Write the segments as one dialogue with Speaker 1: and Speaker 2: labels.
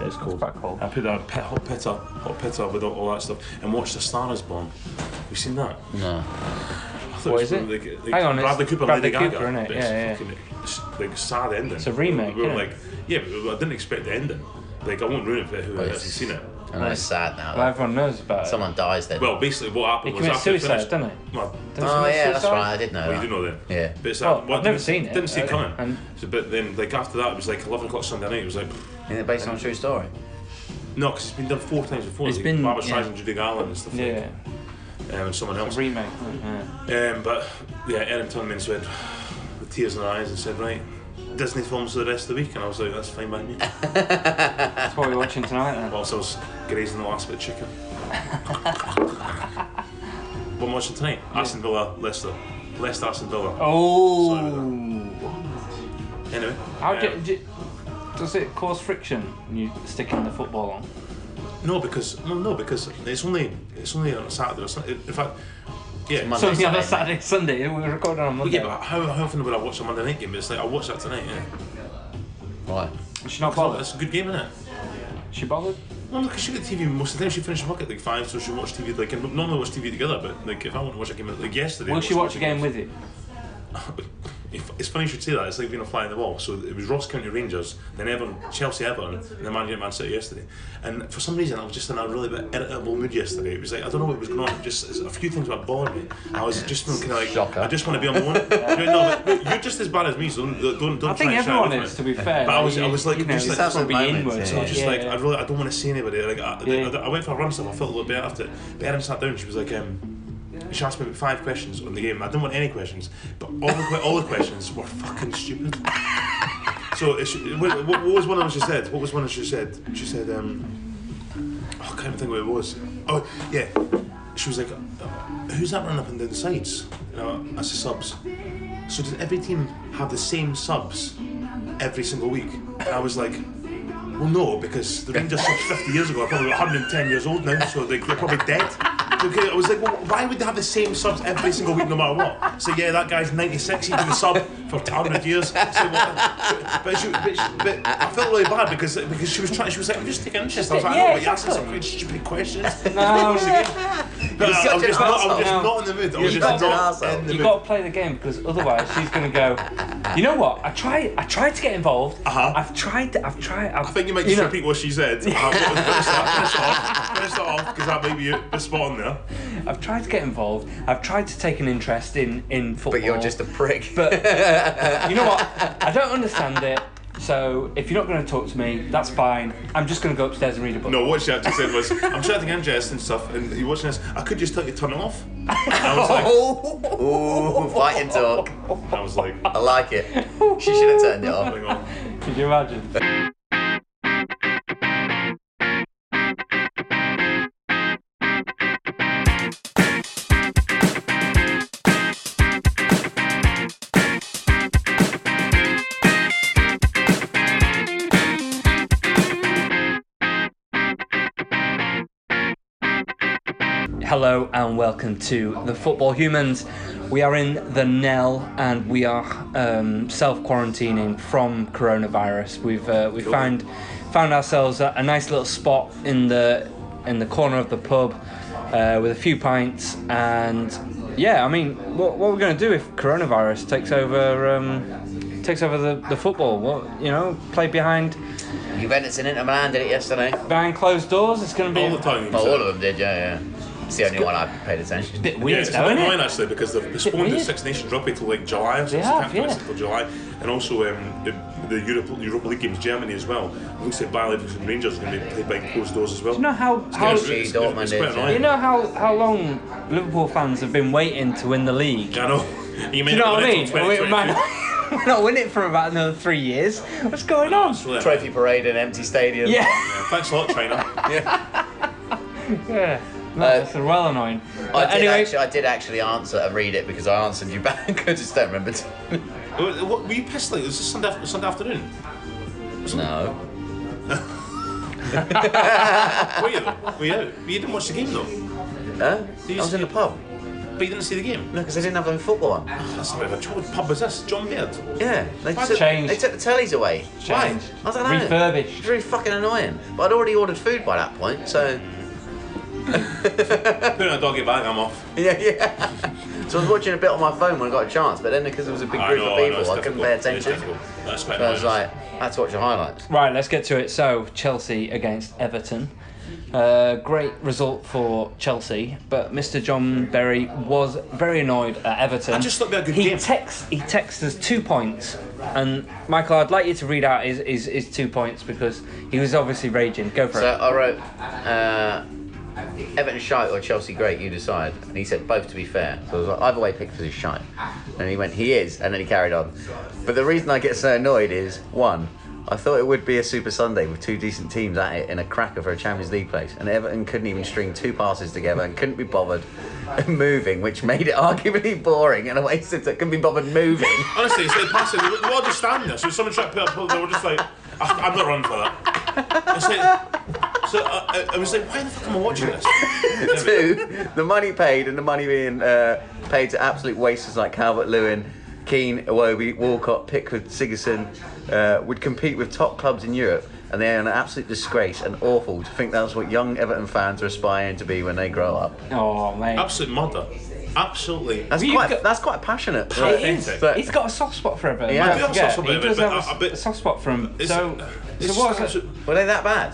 Speaker 1: It is cold.
Speaker 2: quite cold.
Speaker 3: I put a pit, hot pitter, hot pitter with all, all that stuff, and watched The Star Is Born. You seen that?
Speaker 1: No.
Speaker 3: I thought
Speaker 2: What
Speaker 3: was
Speaker 2: is it?
Speaker 3: from The, the,
Speaker 2: Hang on, it's
Speaker 3: Bradley Cooper,
Speaker 2: Bradley
Speaker 3: Lady Gaga.
Speaker 2: Cooper, innit?
Speaker 3: but
Speaker 2: Yeah, yeah.
Speaker 3: it's fucking- it's, like sad ending.
Speaker 2: It's a remake,
Speaker 3: We were
Speaker 2: innit?
Speaker 3: like, yeah, but I didn't expect the ending. Like, I won't ruin it for whoever hasn't seen it.
Speaker 1: I know it's sad now.
Speaker 2: Well, everyone knows about
Speaker 1: Someone dies then.
Speaker 3: Well, basically, what
Speaker 2: it. He
Speaker 3: happened was
Speaker 2: committed
Speaker 3: after it
Speaker 2: suicide,
Speaker 3: finished-
Speaker 2: didn't he?
Speaker 3: Well,
Speaker 2: Didn't he
Speaker 1: oh
Speaker 2: commit
Speaker 1: yeah, that's
Speaker 2: suicide?
Speaker 1: right. I did know.
Speaker 3: Well,
Speaker 1: that.
Speaker 3: you do know that.
Speaker 1: Yeah.
Speaker 3: But it's
Speaker 2: Well,
Speaker 3: that, well,
Speaker 2: I've never
Speaker 3: didn't-
Speaker 2: seen it,
Speaker 3: Didn't see
Speaker 2: I
Speaker 3: it coming.
Speaker 2: don't- and-
Speaker 3: so, but then, like after that, it was like eleven o'clock Sunday night. It was like,
Speaker 1: Isn't it based on a true story?
Speaker 3: no, because it's been done four times before.
Speaker 2: It's
Speaker 3: like
Speaker 2: been-
Speaker 3: Barbara
Speaker 2: yeah.
Speaker 3: Streisand, Judy Garland, and stuff.
Speaker 2: Yeah,
Speaker 3: Like, um, and someone else.
Speaker 2: it's a remake. Yeah.
Speaker 3: Um, but yeah, Erin turned me and said, with tears in her eyes, and said, right, Disney films for the rest of the week. And I was like, that's fine by me.
Speaker 2: That's what we're watching tonight then.
Speaker 3: Whilst I was grazing the last bit of chicken. what am I watching tonight? Aston Villa, Leicester. Leicester, Aston Villa. Sorry
Speaker 2: Oh,
Speaker 3: Anyway.
Speaker 2: how
Speaker 3: um,
Speaker 2: do, do, does it cause friction when you sticking the football on?
Speaker 3: No, because well, no, because it's only it's only on a Saturday. Or something. In fact, yeah.
Speaker 1: Monday.
Speaker 2: So yeah,
Speaker 1: Sunday,
Speaker 2: that's Saturday, Sunday. We're recording on
Speaker 3: Well,
Speaker 2: Monday.
Speaker 3: yeah, but how, how often would I watch a Monday night game? It's like I watch that tonight. Yeah,
Speaker 1: Why?
Speaker 2: she not
Speaker 3: oh,
Speaker 2: bothered.
Speaker 3: that's a good game, isn't it?
Speaker 2: She bothered.
Speaker 3: Well, because she got TV most of the time. She finished work at like five, so she watched TV. Like, and normally watch TV together, but like if I want to watch a game at- like yesterday,
Speaker 2: Will
Speaker 3: I
Speaker 2: she
Speaker 3: watched
Speaker 2: watch a game with you?
Speaker 3: If- It's funny you should say that. It's like being a fly on the wall. So it was Ross County Rangers, then Everton, Chelsea, Everton, and then Man United, Man City yesterday. And for some reason, I was just in a really bit irritable mood yesterday. It was like I don't know what was going on. Just it's a few things were bothering me. I was just feeling kind of like
Speaker 1: Shocker.
Speaker 3: I just want to be on my own. You know, no, but you're just as bad as me, so don't don't, don't
Speaker 2: I think
Speaker 3: try and shout
Speaker 2: everyone
Speaker 3: over
Speaker 2: is,
Speaker 3: me.
Speaker 2: to be fair.
Speaker 3: But I was- I was like,
Speaker 2: you know,
Speaker 3: just
Speaker 2: it's
Speaker 3: like-
Speaker 2: probably
Speaker 1: moments,
Speaker 2: inwards.
Speaker 1: yeah,
Speaker 3: So I was just
Speaker 2: yeah,
Speaker 3: like,
Speaker 2: yeah.
Speaker 3: I really, I don't want to see anybody. Like, I,
Speaker 2: Yeah.
Speaker 3: I, I went for a run and stuff. I felt a little bit after. But Erin sat down. She was like, um, she asked me about five questions on the game. I didn't want any questions, but all the que- all the questions were fucking stupid. so it's, what, what was one of them she said? What was one of them she said? She said, um, oh, I can't even think what it was. Oh yeah, she was like, uh, who's that running up and down the sides? You know, as the subs. So does every team have the same subs every single week? And I was like. Well, no, because the Rangers subs 50 years ago are probably 110 years old now, so they, they're probably dead. Okay, I was like, well, why would they have the same subs every single week, no matter what? So yeah, that guy's 96. He's been the sub for 100 years. So, well, but, she, but, she, but I felt really bad because because she was trying. She was like, I'm just taking interest. I was like,
Speaker 2: Yeah,
Speaker 3: no, but you're asking
Speaker 2: exactly.
Speaker 3: some quite stupid questions.
Speaker 2: No,
Speaker 3: But I, I
Speaker 1: such
Speaker 3: was
Speaker 1: an
Speaker 3: just, not, I
Speaker 1: arsehole.
Speaker 3: was just not in the mood. I was
Speaker 1: You're
Speaker 3: just
Speaker 1: such an
Speaker 3: not
Speaker 1: arsehole.
Speaker 3: in the
Speaker 2: you
Speaker 3: mood.
Speaker 2: got to play the game because otherwise she's going to go. You know what? I tried. I tried to get involved.
Speaker 3: Uh-huh.
Speaker 2: I've tried. To, I've tried. I've,
Speaker 3: I think you might just
Speaker 2: know,
Speaker 3: repeat what she said. Uh, finish that finish that off. Finish that off because that might be the spot on there.
Speaker 2: I've tried to get involved. I've tried to take an interest in in football.
Speaker 1: But you're just a prick.
Speaker 2: But you know what? I don't understand it. So if you're not going to talk to me, that's fine. I'm just going to go upstairs and read a book.
Speaker 3: No, what she actually said was, I'm trying to get interest and stuff, and you're watching this, I could just tell you to turn it off. And I was like,
Speaker 1: Ooh, fighting talk.
Speaker 3: I was like,
Speaker 1: I like it. She should have turned it off.
Speaker 3: hang on.
Speaker 2: Could you imagine? Hello and welcome to the Football Humans. We are in the Nell and we are um, self quarantining from coronavirus. We've uh, we found found ourselves a, a nice little spot in the in the corner of the pub uh, with a few pints and yeah, I mean, what, what are we going to do if coronavirus takes over um, takes over the, the football? What you know, play behind
Speaker 1: Juventus and Inter Milan did it yesterday.
Speaker 2: behind closed doors. It's going to be
Speaker 3: All the time.
Speaker 1: Oh, all of them did. Yeah, yeah. It's the only one I paid attention. to.
Speaker 2: bit
Speaker 3: Yeah,
Speaker 2: weird,
Speaker 3: it's a
Speaker 2: though,
Speaker 3: bit
Speaker 2: isn't it?
Speaker 3: annoying actually because they've postponed the
Speaker 2: weird.
Speaker 3: Six Nations Rugby till like July or something.
Speaker 2: have,
Speaker 3: can't finish
Speaker 2: yeah.
Speaker 3: it till July. And also um, the, the Europe, Europa League games, Germany as well. It looks like Bayer and Rangers are going to be played by closed doors as well.
Speaker 2: Do you know how
Speaker 3: It's-
Speaker 2: how
Speaker 3: it's- it's-
Speaker 1: Dortmund
Speaker 3: it's quite
Speaker 1: is,
Speaker 3: annoying.
Speaker 2: You know how, how long Liverpool fans have been waiting to win the league?
Speaker 3: I know. You, may
Speaker 2: Do you know
Speaker 3: not
Speaker 2: what I
Speaker 3: win
Speaker 2: mean?
Speaker 3: until
Speaker 2: We
Speaker 3: 2022.
Speaker 2: might, we might not win it for about another three years. What's going on?
Speaker 3: It's really annoying.
Speaker 1: Trophy parade in empty stadium.
Speaker 2: Yeah.
Speaker 3: Yeah, Thanks a lot, China.
Speaker 2: yeah. No,
Speaker 1: Uh,
Speaker 2: that's well annoying.
Speaker 1: I
Speaker 2: But
Speaker 1: did,
Speaker 2: anyway,
Speaker 1: actually, I did actually answer and read it because I answered you back. I just don't remember. t-
Speaker 3: what, what- were you pissed like? Was this Sunday, af- Sunday afternoon?
Speaker 1: No.
Speaker 3: Were you? Were you out? You didn't watch the game though.
Speaker 1: Huh? I was in the pub.
Speaker 3: But you didn't see the game.
Speaker 1: No, because they didn't have any football on.
Speaker 3: That's a bit of a what pub was this? John Baird.
Speaker 1: Yeah, they
Speaker 3: Why
Speaker 1: took,
Speaker 4: change?
Speaker 1: they took the tellies away. Why?
Speaker 4: Change.
Speaker 1: I don't know.
Speaker 4: Refurbished.
Speaker 1: It's really fucking annoying. But I'd already ordered food by that point, so
Speaker 3: Put in a doggy bag, I'm off.
Speaker 1: yeah, yeah. so I was watching a bit on my phone when I got a chance, but then because it was a big
Speaker 3: I
Speaker 1: group
Speaker 3: know,
Speaker 1: of
Speaker 3: I know,
Speaker 1: people,
Speaker 3: it's
Speaker 1: I, couldn't
Speaker 3: difficult.
Speaker 1: pay
Speaker 3: It's
Speaker 1: attention.
Speaker 3: difficult. That's quite
Speaker 1: So I was
Speaker 3: annoying.
Speaker 1: like, I had to watch the highlights.
Speaker 2: Right, let's get to it. So, Chelsea against Everton. Uh, great result for Chelsea, but Mr. John Berry was very annoyed at Everton.
Speaker 3: I just thought they had a good
Speaker 2: he
Speaker 3: game.
Speaker 2: Texts, he texts us two points, and Michael, I'd like you to read out his, his, his two points because he was obviously raging. Go for
Speaker 1: So
Speaker 2: it.
Speaker 1: I wrote, uh, Everton shite or Chelsea great, you decide. And he said both to be fair. So I was like, either way, Pickford is shite. And he went, he is. And then he carried on. But the reason I get so annoyed is one, I thought it would be a Super Sunday with two decent teams at it in a cracker for a Champions League place. And Everton couldn't even string two passes together and couldn't be bothered moving, which made it arguably boring and a waste of time. Couldn't be bothered moving.
Speaker 3: Honestly, it's like passing. They were all just standing there. So if someone tried to put up, they were just like, "I- I'm not running for that. It's like, so I, I- I was like, why the fuck am I watching this?
Speaker 1: Two, the money paid and the money being uh, paid to absolute wasters like Calvert Lewin, Keane, Iwobi, Walcott, Pickford, Sigerson uh, would compete with top clubs in Europe, and they are an absolute disgrace and awful to think that's what young Everton fans are aspiring to be when they grow up.
Speaker 2: Oh, mate.
Speaker 3: Absolute murder. Absolutely.
Speaker 1: That's
Speaker 2: Well, you've
Speaker 1: quite
Speaker 2: got-
Speaker 1: that's quite passionate.
Speaker 2: It is.
Speaker 3: pathetic.
Speaker 1: But-
Speaker 2: He's got a soft spot for Everton.
Speaker 1: Yeah.
Speaker 2: don't
Speaker 1: I do have
Speaker 3: a
Speaker 2: forget.
Speaker 3: soft spot for
Speaker 2: He does
Speaker 3: Everton,
Speaker 2: have
Speaker 3: but I-
Speaker 2: a
Speaker 3: I-
Speaker 2: s- soft spot for him.
Speaker 3: It's- uh,
Speaker 2: so,
Speaker 3: it's
Speaker 2: so what
Speaker 3: just
Speaker 2: was it?
Speaker 3: absolute-
Speaker 1: Were they that bad?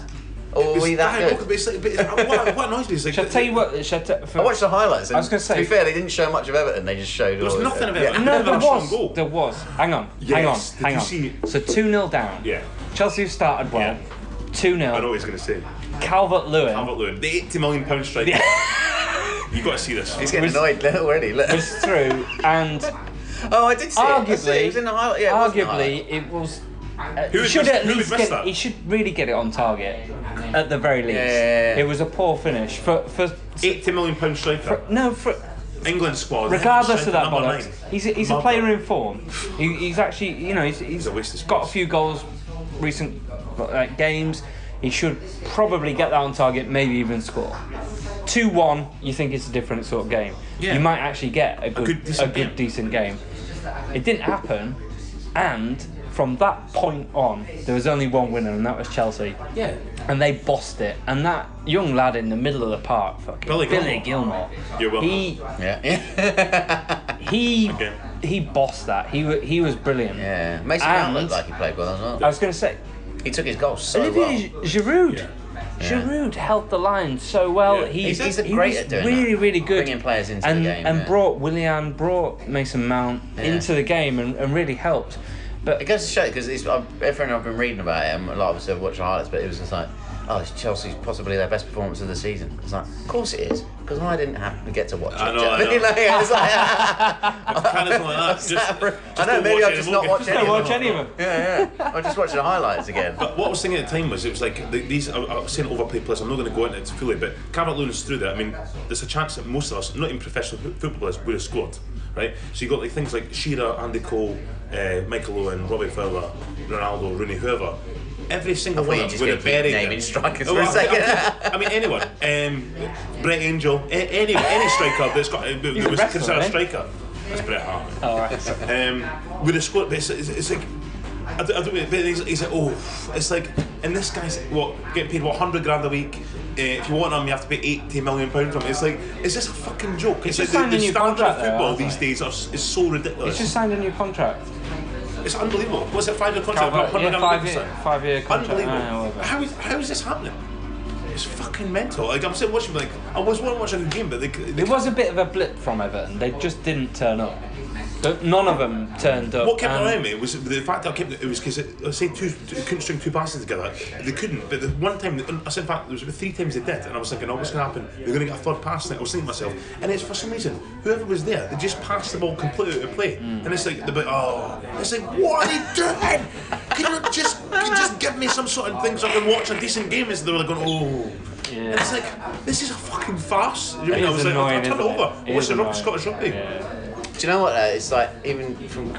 Speaker 1: Or were
Speaker 3: It's
Speaker 1: we that
Speaker 3: diabolical,
Speaker 1: good?
Speaker 3: but it's like, but it's- what, what annoys me is like,
Speaker 2: Shall I tell you what? Shall I tell- for-
Speaker 1: I watched the highlights. And
Speaker 2: I was gonna
Speaker 1: to be
Speaker 2: say-
Speaker 1: fair, they didn't show much of Everton. They just showed. There
Speaker 3: was nothing of Everton.
Speaker 2: No,
Speaker 3: Never
Speaker 2: there
Speaker 3: lost one
Speaker 2: was.
Speaker 3: goal.
Speaker 2: There was. Hang on.
Speaker 3: Yes,
Speaker 2: hang
Speaker 3: did
Speaker 2: on.
Speaker 3: you
Speaker 2: Hang on. So 2 0 down.
Speaker 3: Yeah.
Speaker 2: Chelsea have started well. 2
Speaker 3: I know
Speaker 2: 0.
Speaker 3: what he's going to say.
Speaker 2: Calvert Lewin
Speaker 3: Albert Lewin, the 80 million pound striker. you got to see this.
Speaker 1: He's getting annoyed already. Look.
Speaker 2: was through, and
Speaker 1: Oh, I did see it. I see it.
Speaker 2: arguably,
Speaker 1: It was in the highlight. Yeah, it was in the highlight.
Speaker 2: arguably, it was. uh,
Speaker 3: Who
Speaker 2: he
Speaker 3: would
Speaker 2: should
Speaker 3: miss-
Speaker 2: at
Speaker 3: who would
Speaker 2: least
Speaker 3: miss
Speaker 2: get,
Speaker 3: that?
Speaker 2: he should really get it on target, at the very least.
Speaker 1: Yeah, yeah, yeah.
Speaker 2: It was a poor finish for for
Speaker 3: 80 million pound striker.
Speaker 2: no for
Speaker 3: England squad.
Speaker 2: regardless of that
Speaker 3: striker number
Speaker 2: bollocks.
Speaker 3: nine.
Speaker 2: He's a, he's a
Speaker 3: Mother.
Speaker 2: player in form. He, he's actually you know he's, he's
Speaker 3: a waste of
Speaker 2: got a
Speaker 3: space.
Speaker 2: few goals recent like, games. He should probably get that on target, maybe even score. Two one, you think it's a different sort of game.
Speaker 3: Yeah.
Speaker 2: You might actually get a good,
Speaker 3: good, decent game.
Speaker 2: decent game. It didn't happen, and from that point on, there was only one winner, and that was Chelsea.
Speaker 3: Yeah.
Speaker 2: And they bossed it, and that young lad in the middle of the park, fucking
Speaker 3: Billy
Speaker 2: Gilmore.
Speaker 3: You're welcome.
Speaker 2: He
Speaker 1: Yeah.
Speaker 2: he
Speaker 3: Okay.
Speaker 2: he bossed that. He wa- he was brilliant.
Speaker 1: Yeah, Mason
Speaker 2: And-
Speaker 1: Mount looked like he played well as
Speaker 2: I
Speaker 1: well.
Speaker 2: was going to say,
Speaker 1: He took his goal so well.
Speaker 2: Olivier Giroud.
Speaker 3: Yeah.
Speaker 2: Giroud held the line so well.
Speaker 3: Yeah.
Speaker 2: He,
Speaker 1: He's- he's
Speaker 2: he- he
Speaker 1: great
Speaker 2: was
Speaker 1: at doing
Speaker 2: really,
Speaker 1: that.
Speaker 2: really good.
Speaker 1: Bringing players into the
Speaker 2: and,
Speaker 1: game,
Speaker 2: and
Speaker 1: yeah.
Speaker 2: brought Willian, brought Mason Mount into the game, and, and really helped. But
Speaker 1: It goes to show because everything I've been reading about him, a lot of us have watched the highlights, but it was just like, oh, this Chelsea's possibly their best performance of the season. It's like, of course it is, because I didn't have to get to watch
Speaker 3: I
Speaker 1: it.
Speaker 3: know,
Speaker 1: Do
Speaker 3: I
Speaker 1: you what
Speaker 3: know.
Speaker 1: mean? Like, it's like,
Speaker 3: Kind of like that. Just, just
Speaker 1: I know,
Speaker 3: don't
Speaker 1: maybe
Speaker 3: watch
Speaker 1: I'll
Speaker 3: it,
Speaker 1: just
Speaker 3: it
Speaker 1: not
Speaker 3: won't
Speaker 1: watch
Speaker 3: get-
Speaker 1: any
Speaker 2: don't
Speaker 1: of
Speaker 2: watch
Speaker 1: them.
Speaker 2: any of them.
Speaker 1: Yeah, yeah. I'll just watch the highlights again.
Speaker 3: But what I was thinking at the time was it was like the- these. I, I was saying overplayed players. I'm not going to go into it fully, but Calvert Lewin's through that. I mean, there's a chance that most of us, not even professional fo- footballers, would have scored, right? So you got like things like Shearer, Andy Cole, uh, Michael Owen, Robbie Fowler, Ronaldo, Rooney, whoever. Every single
Speaker 1: I thought
Speaker 3: one
Speaker 1: you
Speaker 3: of them
Speaker 1: just
Speaker 3: would
Speaker 1: gonna
Speaker 3: have
Speaker 1: keep
Speaker 3: buried
Speaker 1: naming
Speaker 3: them.
Speaker 1: strikers
Speaker 3: Oh,
Speaker 1: for a
Speaker 3: I-
Speaker 1: second.
Speaker 3: I, I mean, anyone. Um, Brett Angel, a- any any striker that's got uh, that
Speaker 2: a
Speaker 3: was
Speaker 2: wrestler,
Speaker 3: considered a
Speaker 2: eh?
Speaker 3: striker. That's Brett Hart
Speaker 2: All right. so-
Speaker 3: um, with a squad. But it's, it's, it's like, I don't, I don't, but he's, he's like, oh, it's like, and this guy's what getting paid what hundred grand a week. Uh, if you want him, you have to pay eighty million pound from him. It's like, is this a fucking joke? It's,
Speaker 2: just
Speaker 3: like
Speaker 2: signing
Speaker 3: the, the
Speaker 2: new
Speaker 3: standard
Speaker 2: contract
Speaker 3: of
Speaker 2: there,
Speaker 3: football
Speaker 2: aren't
Speaker 3: these
Speaker 2: they?
Speaker 3: days are, is so ridiculous.
Speaker 2: He's
Speaker 3: It's,
Speaker 2: just signed a new contract.
Speaker 3: unbelievable. What's it? Five year contract,
Speaker 2: Calvert-
Speaker 3: hundred
Speaker 2: yeah,
Speaker 3: grand
Speaker 2: five
Speaker 3: a week
Speaker 2: year-
Speaker 3: or something?
Speaker 2: five year contract,
Speaker 3: Unbelievable.
Speaker 2: I know, whatever.
Speaker 3: how is how is this happening? It's fucking mental. Like I'm still watching, like I was wanting to watch a good game, but they, they
Speaker 2: It was a bit of a blip from Everton. They just didn't turn up. But none of them turned up.
Speaker 3: What kept
Speaker 2: and-
Speaker 3: an eye on me was the fact that I kept it was because I said two they couldn't string two passes together. They couldn't, but the one time I said in fact there was about three times they did, and I was thinking, oh, what's going to happen? They're going to get a third pass. And I was thinking to myself, and it's for some reason whoever was there, they just passed the ball completely out of play,
Speaker 2: Mm.
Speaker 3: and it's like they're like, oh, it's like what are they doing? Can you just can you just give me some sort of thing so I can watch a decent game? Is they were like going, oh. And it's like this is a fucking farce. You know,
Speaker 2: It
Speaker 3: I
Speaker 2: is
Speaker 3: was like,
Speaker 2: annoying,
Speaker 3: I turned
Speaker 2: isn't it?
Speaker 3: over.
Speaker 2: It
Speaker 3: I watched
Speaker 2: is
Speaker 3: the rugby,
Speaker 2: annoying.
Speaker 3: Scottish rugby.
Speaker 1: Do you know what? Though? It's like even from